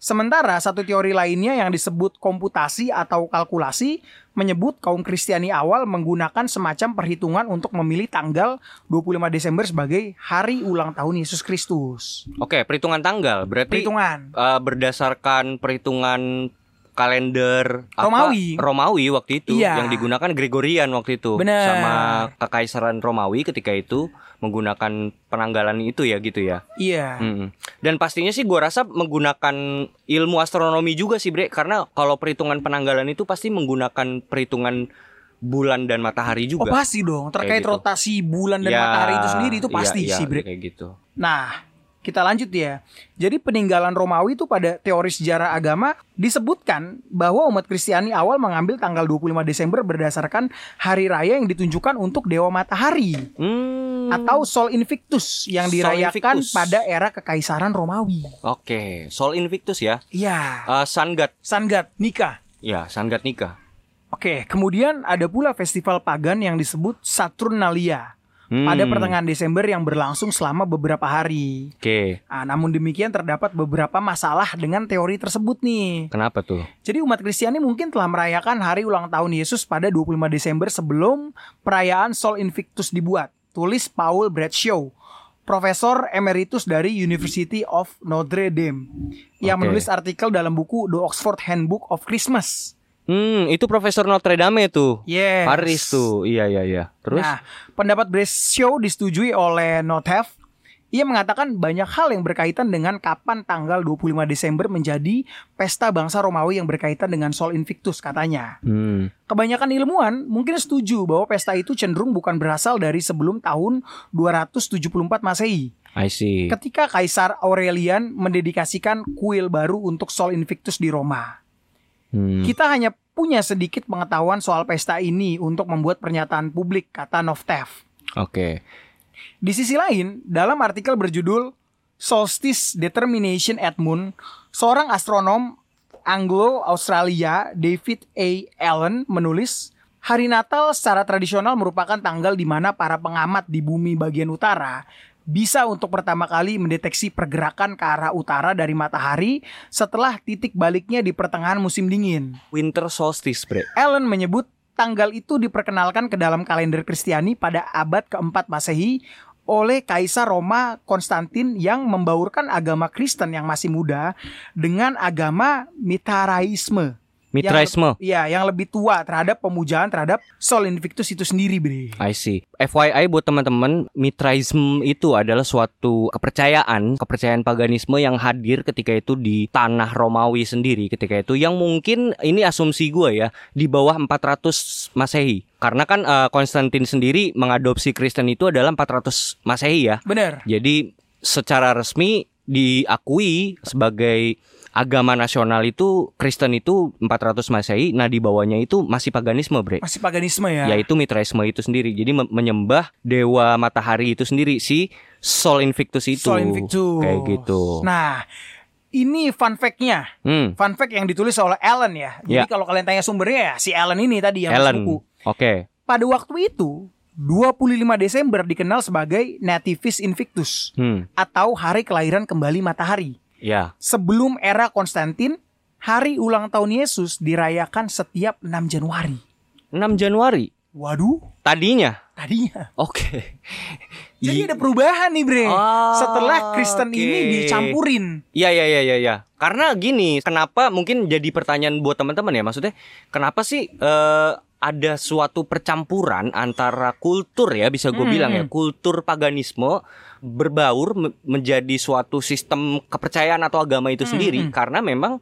Speaker 2: Sementara satu teori lainnya yang disebut komputasi atau kalkulasi menyebut kaum Kristiani awal menggunakan semacam perhitungan untuk memilih tanggal 25 Desember sebagai hari ulang tahun Yesus Kristus.
Speaker 1: Oke, perhitungan tanggal berarti
Speaker 2: Perhitungan.
Speaker 1: eh, berdasarkan perhitungan kalender apa,
Speaker 2: Romawi.
Speaker 1: Romawi waktu itu
Speaker 2: Iya.
Speaker 1: yang digunakan Gregorian waktu itu
Speaker 2: Bener.
Speaker 1: sama kekaisaran Romawi ketika itu menggunakan penanggalan itu ya gitu ya.
Speaker 2: Iya.
Speaker 1: Mm-mm. Dan pastinya sih gua rasa menggunakan ilmu astronomi juga sih Bre karena kalau perhitungan penanggalan itu pasti menggunakan perhitungan bulan dan matahari
Speaker 2: Oh
Speaker 1: juga.
Speaker 2: pasti dong, terkait
Speaker 1: gitu.
Speaker 2: rotasi bulan dan
Speaker 1: Ya,
Speaker 2: matahari itu sendiri itu
Speaker 1: iya,
Speaker 2: pasti
Speaker 1: iya,
Speaker 2: sih, Bre.
Speaker 1: kayak gitu.
Speaker 2: Nah, kita lanjut ya. Jadi peninggalan Romawi itu pada teori sejarah agama disebutkan bahwa umat Kristiani awal mengambil tanggal 25 Desember berdasarkan hari raya yang ditunjukkan untuk dewa matahari
Speaker 1: Hmm.
Speaker 2: atau Sol Invictus yang
Speaker 1: Sol
Speaker 2: dirayakan
Speaker 1: Invictus.
Speaker 2: pada era kekaisaran Romawi.
Speaker 1: Oke, Sol Invictus ya.
Speaker 2: Iya,
Speaker 1: Eh, Sun God
Speaker 2: Sun God Nika.
Speaker 1: Ya, Sanggat Nikah.
Speaker 2: Oke, kemudian ada pula festival pagan yang disebut Saturnalia
Speaker 1: Hmm.
Speaker 2: pada pertengahan Desember yang berlangsung selama beberapa hari.
Speaker 1: Oke,
Speaker 2: Ah, namun demikian terdapat beberapa masalah dengan teori tersebut nih.
Speaker 1: kenapa tuh?
Speaker 2: Jadi umat Kristiani mungkin telah merayakan hari ulang tahun Yesus pada 25 Desember sebelum perayaan Sol Invictus dibuat. Tulis Paul Bradshaw, profesor emeritus dari University of Notre Dame yang
Speaker 1: Oke.
Speaker 2: menulis artikel dalam buku The Oxford Handbook of Christmas.
Speaker 1: Hmm, itu Profesor Notre Dame tuh.
Speaker 2: Yes.
Speaker 1: Paris tuh. Iya, iya, iya. Terus?
Speaker 2: Nah, pendapat Bradshaw disetujui oleh Notev. Ia mengatakan banyak hal yang berkaitan dengan kapan tanggal 25 Desember menjadi pesta bangsa Romawi yang berkaitan dengan Sol Invictus katanya.
Speaker 1: Hmm.
Speaker 2: Kebanyakan ilmuwan mungkin setuju bahwa pesta itu cenderung bukan berasal dari sebelum tahun 274 Masehi
Speaker 1: I see.
Speaker 2: ketika Kaisar Aurelian mendedikasikan kuil baru untuk Sol Invictus di Roma.
Speaker 1: Hmm.
Speaker 2: Kita hanya punya sedikit pengetahuan soal pesta ini untuk membuat pernyataan publik, kata Novtev.
Speaker 1: Oke.
Speaker 2: Di sisi lain, dalam artikel berjudul Solstice Determination at Moon, seorang astronom Anglo-Australia David A. Allen menulis, Hari Natal secara tradisional merupakan tanggal di mana para pengamat di bumi bagian utara bisa untuk pertama kali mendeteksi pergerakan ke arah utara dari matahari setelah titik baliknya di pertengahan musim dingin.
Speaker 1: Winter solstice, Bre.
Speaker 2: Allen menyebut tanggal itu diperkenalkan ke dalam kalender Kristiani pada abad keempat Masehi oleh Kaisar Roma Konstantin yang membaurkan agama Kristen yang masih muda dengan agama Mitaraisme.
Speaker 1: Mitraisme.
Speaker 2: Iya, yang lebih tua terhadap pemujaan terhadap Sol Invictus itu sendiri, Bre.
Speaker 1: I see. FYI buat teman-teman, Mitraisme itu adalah suatu kepercayaan, kepercayaan paganisme yang hadir ketika itu di tanah Romawi sendiri ketika itu yang mungkin ini asumsi gue ya, di bawah 400 Masehi. Karena kan eh, Konstantin sendiri mengadopsi Kristen itu adalah 400 Masehi ya.
Speaker 2: Bener.
Speaker 1: Jadi secara resmi diakui sebagai agama nasional itu Kristen itu 400 Masehi, nah di bawahnya itu masih paganisme, Bre
Speaker 2: Masih paganisme ya.
Speaker 1: yaitu Mitraisme itu sendiri. Jadi me- menyembah dewa matahari itu sendiri si Sol Invictus itu.
Speaker 2: Sol Invictus.
Speaker 1: Kayak gitu.
Speaker 2: Nah, ini fun fact-nya.
Speaker 1: hmm.
Speaker 2: Fun fact yang ditulis oleh Allen ya. Jadi
Speaker 1: Ya.
Speaker 2: kalau kalian tanya sumbernya ya si Allen ini tadi yang
Speaker 1: Ellen.
Speaker 2: nulis buku.
Speaker 1: Oke.
Speaker 2: Pada waktu itu, 25 Desember dikenal sebagai Nativis Invictus
Speaker 1: Hmm.
Speaker 2: atau hari kelahiran kembali matahari.
Speaker 1: Ya.
Speaker 2: Sebelum era Konstantin, hari ulang tahun Yesus dirayakan setiap 6 Januari.
Speaker 1: 6 Januari
Speaker 2: Waduh,
Speaker 1: tadinya.
Speaker 2: tadinya.
Speaker 1: Oke.
Speaker 2: Jadi
Speaker 1: I-
Speaker 2: ada perubahan nih, Bre.
Speaker 1: Ah,
Speaker 2: Setelah Kristen
Speaker 1: oke.
Speaker 2: ini dicampurin.
Speaker 1: Iya iya iya iya iya. Karena gini, kenapa mungkin jadi pertanyaan buat teman-teman ya maksudnya, kenapa sih eh, ada suatu percampuran antara kultur ya bisa gue
Speaker 2: Hmm,
Speaker 1: bilang ya,
Speaker 2: hmm.
Speaker 1: kultur paganisme berbaur me- menjadi suatu sistem kepercayaan atau agama itu
Speaker 2: Hmm,
Speaker 1: sendiri
Speaker 2: hmm.
Speaker 1: karena memang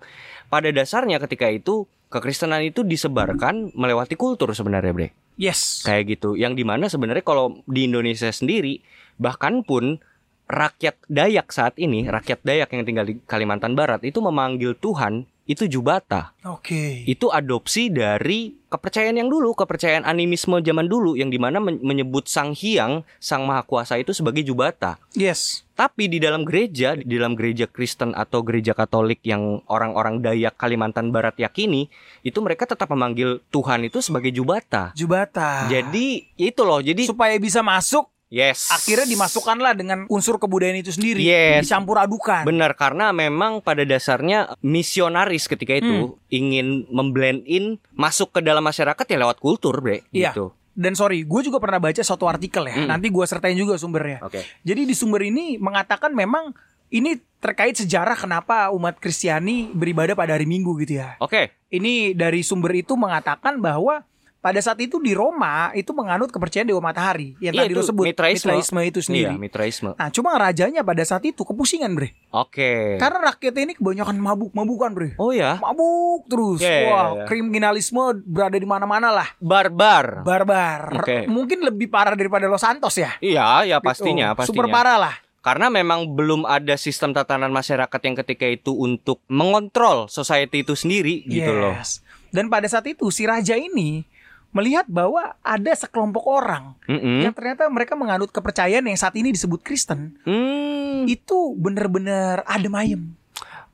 Speaker 1: pada dasarnya ketika itu kekristenan itu disebarkan melewati kultur sebenarnya, Bre
Speaker 2: Yes.
Speaker 1: kayak gitu yang dimana sebenarnya kalau di Indonesia sendiri bahkan pun rakyat Dayak saat ini rakyat Dayak yang tinggal di Kalimantan Barat itu memanggil Tuhan itu jubata
Speaker 2: Oke.
Speaker 1: itu adopsi dari kepercayaan yang dulu kepercayaan animisme zaman dulu yang dimana men- menyebut sang hiang sang maha kuasa itu sebagai jubata
Speaker 2: Yes.
Speaker 1: tapi di dalam gereja, di dalam gereja Kristen atau gereja Katolik yang orang-orang Dayak Kalimantan Barat yakini, itu mereka tetap memanggil Tuhan itu sebagai jubata.
Speaker 2: Jubata.
Speaker 1: Jadi ya itu loh. Jadi
Speaker 2: supaya bisa masuk,
Speaker 1: yes.
Speaker 2: akhirnya dimasukkanlah dengan unsur kebudayaan itu sendiri,
Speaker 1: Yes.
Speaker 2: dicampur adukan.
Speaker 1: Benar karena memang pada dasarnya misionaris ketika
Speaker 2: Hmm.
Speaker 1: itu ingin memblend in masuk ke dalam masyarakat ya lewat kultur, Bre,
Speaker 2: Iya.
Speaker 1: gitu.
Speaker 2: Dan sorry, gue juga pernah baca satu artikel ya.
Speaker 1: Hmm.
Speaker 2: Nanti gue sertain juga sumbernya.
Speaker 1: Oke.
Speaker 2: Jadi di sumber ini mengatakan memang ini terkait sejarah kenapa umat Kristiani beribadah pada hari Minggu gitu ya.
Speaker 1: Oke.
Speaker 2: Ini dari sumber itu mengatakan bahwa pada saat itu di Roma itu menganut kepercayaan dewa matahari yang
Speaker 1: Iya,
Speaker 2: tadi
Speaker 1: itu
Speaker 2: lo sebut
Speaker 1: Mitraisme.
Speaker 2: Mitraisme itu
Speaker 1: Iya,
Speaker 2: sendiri.
Speaker 1: mitraisme.
Speaker 2: Nah, cuma rajanya pada saat itu kepusingan, Bre.
Speaker 1: Oke.
Speaker 2: Karena rakyatnya ini kebanyakan mabuk-mabukan, Bre.
Speaker 1: Oh ya,
Speaker 2: Mabuk terus.
Speaker 1: Iya, iya,
Speaker 2: Wah,
Speaker 1: iya.
Speaker 2: kriminalisme berada di mana-mana lah.
Speaker 1: barbar.
Speaker 2: Barbar.
Speaker 1: Oke.
Speaker 2: Mungkin lebih parah daripada Los Santos ya.
Speaker 1: Iya, ya pastinya,
Speaker 2: Gitu.
Speaker 1: pastinya.
Speaker 2: Super parah lah.
Speaker 1: Karena memang belum ada sistem tatanan masyarakat yang ketika itu untuk mengontrol society itu sendiri gitu loh.
Speaker 2: Yes. Dan pada saat itu si raja ini melihat bahwa ada sekelompok orang
Speaker 1: Mm-mm.
Speaker 2: yang ternyata mereka menganut kepercayaan yang saat ini disebut Kristen
Speaker 1: Hmm.
Speaker 2: itu bener-bener adem ayem.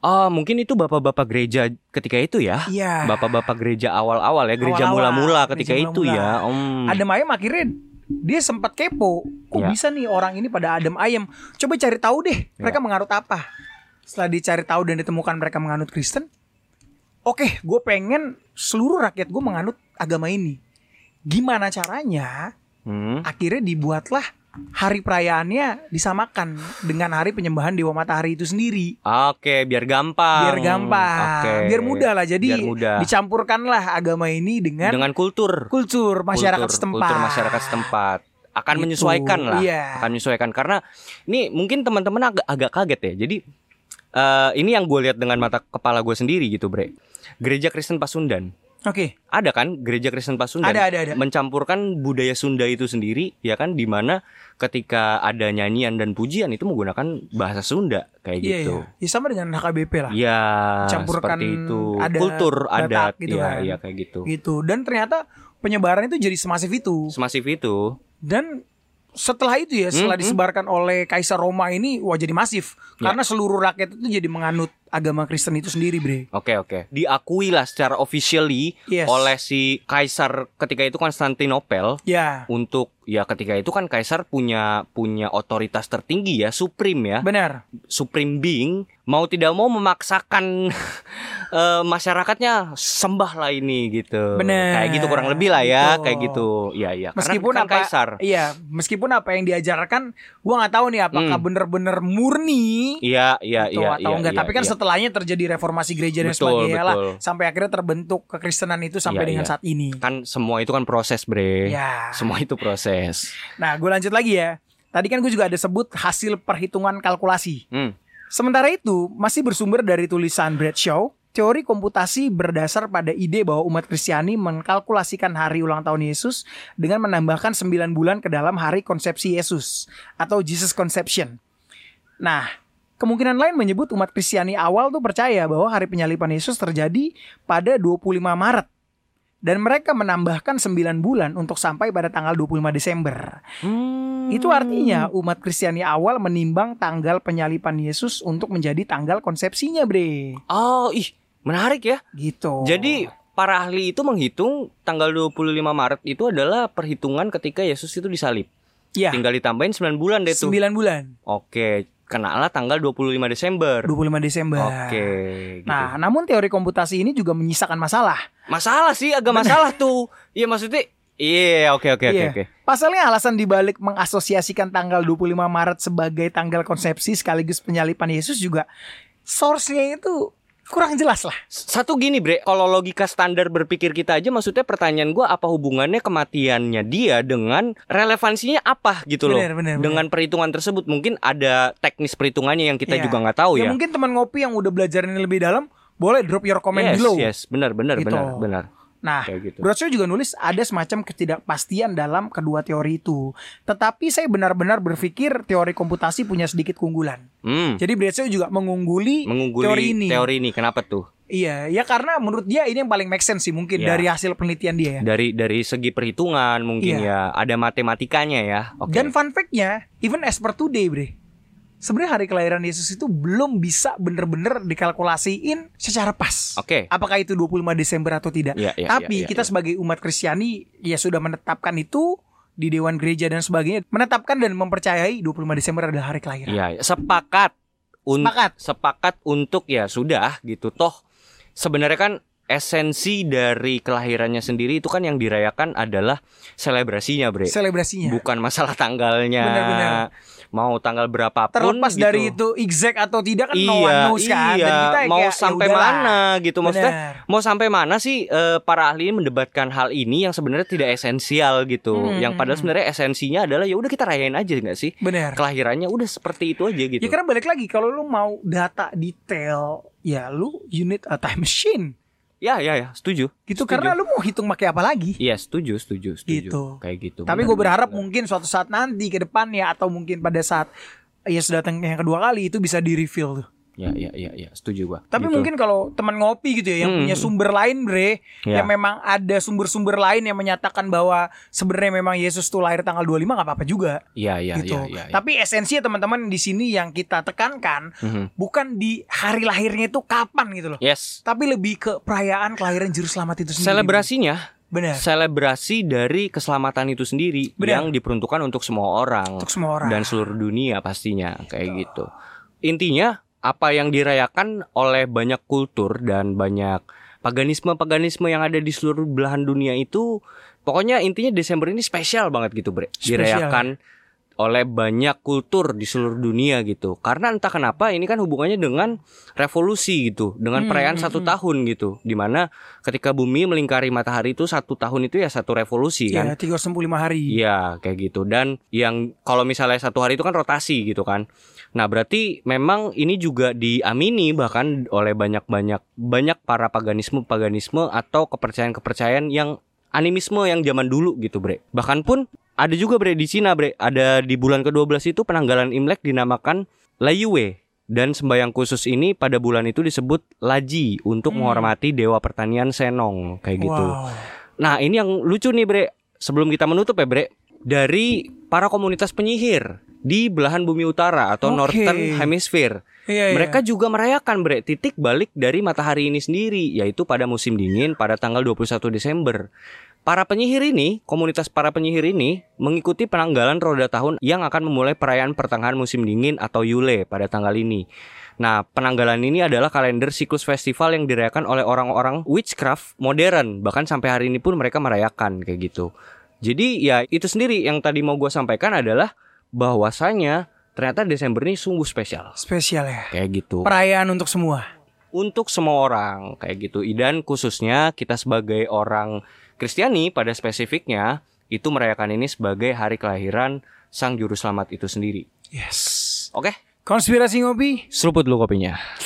Speaker 1: Ah, mungkin itu bapak-bapak gereja ketika itu ya.
Speaker 2: Iya.
Speaker 1: Bapak-bapak gereja awal-awal ya, gereja
Speaker 2: Awal-awal,
Speaker 1: mula-mula ketika
Speaker 2: gereja
Speaker 1: itu
Speaker 2: mula-mula.
Speaker 1: ya. Om.
Speaker 2: Adem ayem akhirnya dia sempat kepo, kok
Speaker 1: Iya.
Speaker 2: bisa nih orang ini pada adem ayem. Coba cari tahu deh,
Speaker 1: Ya.
Speaker 2: mereka menganut apa. Setelah dicari tahu dan ditemukan mereka menganut Kristen, oke, gue pengen seluruh rakyat gue menganut agama ini. Gimana caranya?
Speaker 1: Hmm.
Speaker 2: akhirnya dibuatlah hari perayaannya disamakan dengan hari penyembahan dewa matahari itu sendiri
Speaker 1: Oke, biar gampang.
Speaker 2: biar gampang
Speaker 1: Oh, Oke.
Speaker 2: biar mudah lah jadi
Speaker 1: Biar mudah.
Speaker 2: dicampurkanlah agama ini dengan,
Speaker 1: Dengan kultur.
Speaker 2: kultur masyarakat
Speaker 1: Kultur-
Speaker 2: setempat
Speaker 1: Kultur masyarakat setempat akan
Speaker 2: Gitu,
Speaker 1: menyesuaikan lah.
Speaker 2: iya.
Speaker 1: Akan menyesuaikan karena ini mungkin teman-teman agak agak kaget ya. Jadi eh, ini yang gue lihat dengan mata kepala gue sendiri gitu, Bre. Gereja Kristen Pasundan.
Speaker 2: oke
Speaker 1: ada kan gereja Kristen Pasundan
Speaker 2: Ada, ada, ada.
Speaker 1: mencampurkan budaya Sunda itu sendiri ya kan di mana ketika ada nyanyian dan pujian itu menggunakan bahasa Sunda
Speaker 2: iya
Speaker 1: kayak gitu.
Speaker 2: iya ya sama dengan HKBP lah
Speaker 1: Ya,
Speaker 2: Campurkan
Speaker 1: seperti itu.
Speaker 2: adat,
Speaker 1: Kultur
Speaker 2: Batak
Speaker 1: adat
Speaker 2: gitu
Speaker 1: ya,
Speaker 2: kan.
Speaker 1: ya, kayak gitu.
Speaker 2: gitu dan ternyata penyebaran itu jadi semasif itu
Speaker 1: Semasif itu.
Speaker 2: dan setelah itu ya setelah
Speaker 1: Hmm, hmm.
Speaker 2: disebarkan oleh kaisar Roma ini wah jadi masif
Speaker 1: Ya.
Speaker 2: karena seluruh rakyat itu jadi menganut agama Kristen itu sendiri bre
Speaker 1: Oke, oke. Diakui lah secara officially
Speaker 2: Yes.
Speaker 1: oleh si kaisar ketika itu Konstantinopel
Speaker 2: ya
Speaker 1: untuk ya ketika itu kan kaisar punya punya otoritas tertinggi ya, supreme ya.
Speaker 2: benar
Speaker 1: supreme being mau tidak mau memaksakan eh, masyarakatnya sembahlah ini gitu.
Speaker 2: Bener.
Speaker 1: Kayak gitu kurang lebih lah ya,
Speaker 2: Gitu.
Speaker 1: kayak gitu. Iya, iya. Karena
Speaker 2: meskipun
Speaker 1: kan
Speaker 2: apa
Speaker 1: kaisar.
Speaker 2: iya meskipun apa yang diajarkan gua nggak tahu nih apakah
Speaker 1: Hmm.
Speaker 2: bener-bener murni
Speaker 1: Iya, iya,
Speaker 2: atau,
Speaker 1: iya,
Speaker 2: atau
Speaker 1: iya,
Speaker 2: enggak
Speaker 1: iya,
Speaker 2: tapi kan
Speaker 1: iya.
Speaker 2: setelahnya terjadi reformasi gereja dan
Speaker 1: Betul,
Speaker 2: sebagainya lah
Speaker 1: betul.
Speaker 2: sampai akhirnya terbentuk kekristenan itu sampai
Speaker 1: Iya,
Speaker 2: dengan
Speaker 1: iya.
Speaker 2: saat ini
Speaker 1: kan semua itu kan proses, Bre.
Speaker 2: ya
Speaker 1: Semua itu proses.
Speaker 2: nah gue lanjut lagi ya tadi kan gue juga ada sebut hasil perhitungan kalkulasi
Speaker 1: Hmm.
Speaker 2: sementara itu masih bersumber dari tulisan Bradshaw Teori komputasi berdasar pada ide bahwa umat Kristiani mengkalkulasikan hari ulang tahun Yesus dengan menambahkan 9 bulan ke dalam hari konsepsi Yesus atau Jesus Conception. Nah, kemungkinan lain menyebut umat Kristiani awal tuh percaya bahwa hari penyalipan Yesus terjadi pada 25 Maret. Dan mereka menambahkan 9 bulan untuk sampai pada tanggal 25 Desember. Itu artinya umat Kristiani awal menimbang tanggal penyalipan Yesus untuk menjadi tanggal konsepsinya, Bre.
Speaker 1: Oh, ih, menarik ya.
Speaker 2: Gitu.
Speaker 1: Jadi para ahli itu menghitung tanggal 25 Maret itu adalah perhitungan ketika Yesus itu disalib.
Speaker 2: ya,
Speaker 1: Tinggal ditambahin 9 bulan deh tuh.
Speaker 2: 9 bulan.
Speaker 1: Oke, kenalah tanggal 25 Desember.
Speaker 2: 25 Desember.
Speaker 1: Oke. gitu.
Speaker 2: Nah, namun teori komputasi ini juga menyisakan masalah.
Speaker 1: masalah sih agak masalah tuh. Iya maksudnya Iya, oke oke oke
Speaker 2: Iya.
Speaker 1: oke.
Speaker 2: Pasalnya alasan dibalik mengasosiasikan tanggal 25 Maret sebagai tanggal konsepsi sekaligus penyalipan Yesus juga source-nya itu kurang jelas lah.
Speaker 1: Satu gini Bre, kalau logika standar berpikir kita aja maksudnya pertanyaan gua apa hubungannya kematiannya dia dengan relevansinya apa gitu loh.
Speaker 2: Bener, bener, bener.
Speaker 1: dengan perhitungan tersebut mungkin ada teknis perhitungannya yang kita
Speaker 2: Iya.
Speaker 1: juga nggak tahu
Speaker 2: ya,
Speaker 1: ya.
Speaker 2: mungkin teman ngopi yang udah belajar ini lebih dalam boleh drop your comment
Speaker 1: yes,
Speaker 2: below.
Speaker 1: yes, benar benar
Speaker 2: Gitu.
Speaker 1: benar benar.
Speaker 2: Nah,
Speaker 1: Kayak gitu.
Speaker 2: Brodshow juga nulis ada semacam ketidakpastian dalam kedua teori itu. Tetapi saya benar-benar berpikir teori komputasi punya sedikit keunggulan.
Speaker 1: Hmm.
Speaker 2: Jadi Brodshow juga mengungguli,
Speaker 1: Mengungguli
Speaker 2: teori ini.
Speaker 1: kenapa tuh?
Speaker 2: Iya, ya karena menurut dia ini yang paling make sense sih mungkin
Speaker 1: Iya.
Speaker 2: dari hasil penelitian dia ya. Iya.
Speaker 1: Dari dari segi perhitungan mungkin ya, ada matematikanya ya. Oke.
Speaker 2: Dan fun fact-nya, even as per today, Bre. Sebenarnya hari kelahiran Yesus itu belum bisa bener-bener dikalkulasiin secara pas.
Speaker 1: Oke.
Speaker 2: Apakah itu 25 Desember atau tidak.
Speaker 1: Iya, iya,
Speaker 2: Tapi
Speaker 1: iya, iya,
Speaker 2: kita
Speaker 1: iya.
Speaker 2: sebagai umat Kristiani ya sudah menetapkan itu di dewan gereja dan sebagainya, menetapkan dan mempercayai 25 Desember adalah hari kelahiran.
Speaker 1: Iya, iya. sepakat. Un-
Speaker 2: Sepakat.
Speaker 1: sepakat untuk ya sudah gitu toh. Sebenarnya kan esensi dari kelahirannya sendiri itu kan yang dirayakan adalah selebrasinya, Bre.
Speaker 2: Selebrasinya.
Speaker 1: Bukan masalah tanggalnya.
Speaker 2: Benar-benar.
Speaker 1: Mau tanggal berapapun
Speaker 2: Terlepas
Speaker 1: gitu.
Speaker 2: dari itu exact atau tidak kan no one
Speaker 1: iya,
Speaker 2: knows kan.
Speaker 1: iya.
Speaker 2: Dan kita ya
Speaker 1: mau
Speaker 2: kayak, ya
Speaker 1: sampai
Speaker 2: udahlah.
Speaker 1: mana gitu maksudnya?
Speaker 2: Benar.
Speaker 1: Mau sampai mana sih eh, para ahli ini mendebatkan hal ini yang sebenarnya tidak esensial gitu.
Speaker 2: Hmm.
Speaker 1: Yang padahal sebenarnya esensinya adalah ya udah kita rayain aja nggak sih?
Speaker 2: Benar.
Speaker 1: Kelahirannya udah seperti itu aja gitu.
Speaker 2: Ya karena balik lagi kalau lu mau data detail ya lu you need a time machine
Speaker 1: Ya, ya, ya, setuju.
Speaker 2: gitu
Speaker 1: Setuju.
Speaker 2: karena lu mau hitung pakai apa lagi.
Speaker 1: Iya, setuju, setuju, setuju.
Speaker 2: Gitu.
Speaker 1: Kayak gitu.
Speaker 2: Tapi
Speaker 1: Benar,
Speaker 2: gue berharap
Speaker 1: benar.
Speaker 2: mungkin suatu saat nanti ke depan ya atau mungkin pada saat Yesus datang yang kedua kali itu bisa di reveal tuh.
Speaker 1: Ya, ya, ya, ya, setuju gua.
Speaker 2: Tapi
Speaker 1: Gitu.
Speaker 2: mungkin kalau teman ngopi gitu ya yang
Speaker 1: Hmm.
Speaker 2: punya sumber lain Bre
Speaker 1: Ya.
Speaker 2: yang memang ada sumber-sumber lain yang menyatakan bahwa sebenarnya memang Yesus tuh lahir tanggal 25 nggak apa-apa juga
Speaker 1: Iya, iya,
Speaker 2: gitu.
Speaker 1: iya, iya. iya.
Speaker 2: Tapi esensinya teman-teman di sini yang kita tekankan
Speaker 1: Mhm.
Speaker 2: bukan di hari lahirnya itu kapan gitu loh.
Speaker 1: Yes.
Speaker 2: Tapi lebih ke perayaan kelahiran juru selamat itu sendiri.
Speaker 1: Selebrasinya,
Speaker 2: Benar.
Speaker 1: selebrasi dari keselamatan itu sendiri
Speaker 2: Iya. Benar.
Speaker 1: yang diperuntukkan untuk semua orang
Speaker 2: Untuk semua orang.
Speaker 1: dan seluruh dunia pastinya kayak gitu. Intinya apa yang dirayakan oleh banyak kultur dan banyak paganisme-paganisme yang ada di seluruh belahan dunia itu pokoknya intinya Desember ini spesial banget gitu, Bre.
Speaker 2: Spesial. ya.
Speaker 1: Dirayakan oleh banyak kultur di seluruh dunia gitu. Karena entah kenapa ini kan hubungannya dengan revolusi gitu, dengan
Speaker 2: Hmm,
Speaker 1: perayaan
Speaker 2: hmm,
Speaker 1: satu
Speaker 2: hmm.
Speaker 1: tahun gitu, dimana ketika bumi melingkari matahari itu satu tahun itu ya satu revolusi
Speaker 2: ya,
Speaker 1: kan.
Speaker 2: 365 hari.
Speaker 1: Iya kayak gitu dan yang kalau misalnya satu hari itu kan rotasi gitu kan. Nah berarti memang ini juga diamini bahkan oleh banyak-banyak banyak para paganisme paganisme atau kepercayaan-kepercayaan yang animisme yang zaman dulu gitu bre. Bahkan pun ada juga bre di Cina bre ada di bulan ke-12 itu penanggalan Imlek dinamakan Layue dan sembahyang khusus ini pada bulan itu disebut Laji untuk
Speaker 2: Hmm.
Speaker 1: menghormati dewa pertanian Senong kayak gitu.
Speaker 2: Wow.
Speaker 1: Nah ini yang lucu nih Bre Sebelum kita menutup ya Bre Dari para komunitas penyihir Di belahan bumi utara atau
Speaker 2: Oke.
Speaker 1: Northern Hemisphere
Speaker 2: Iya, iya.
Speaker 1: Mereka juga merayakan Bre Titik balik dari matahari ini sendiri Yaitu pada musim dingin pada tanggal 21 Desember Para penyihir ini, komunitas para penyihir ini mengikuti penanggalan roda tahun yang akan memulai perayaan pertengahan musim dingin atau Yule pada tanggal ini. Nah, penanggalan ini adalah kalender siklus festival yang dirayakan oleh orang-orang witchcraft modern. Bahkan sampai hari ini pun mereka merayakan kayak gitu. Jadi ya itu sendiri yang tadi mau gue sampaikan adalah bahwasanya ternyata Desember ini sungguh spesial.
Speaker 2: spesial ya.
Speaker 1: Kayak gitu
Speaker 2: Perayaan untuk semua.
Speaker 1: untuk semua orang kayak gitu. Dan khususnya kita sebagai orang Kristiani pada spesifiknya itu merayakan ini sebagai hari kelahiran Sang Juru Selamat itu sendiri.
Speaker 2: Yes.
Speaker 1: Oke,
Speaker 2: Konspirasi ngopi.
Speaker 1: seruput lu kopinya.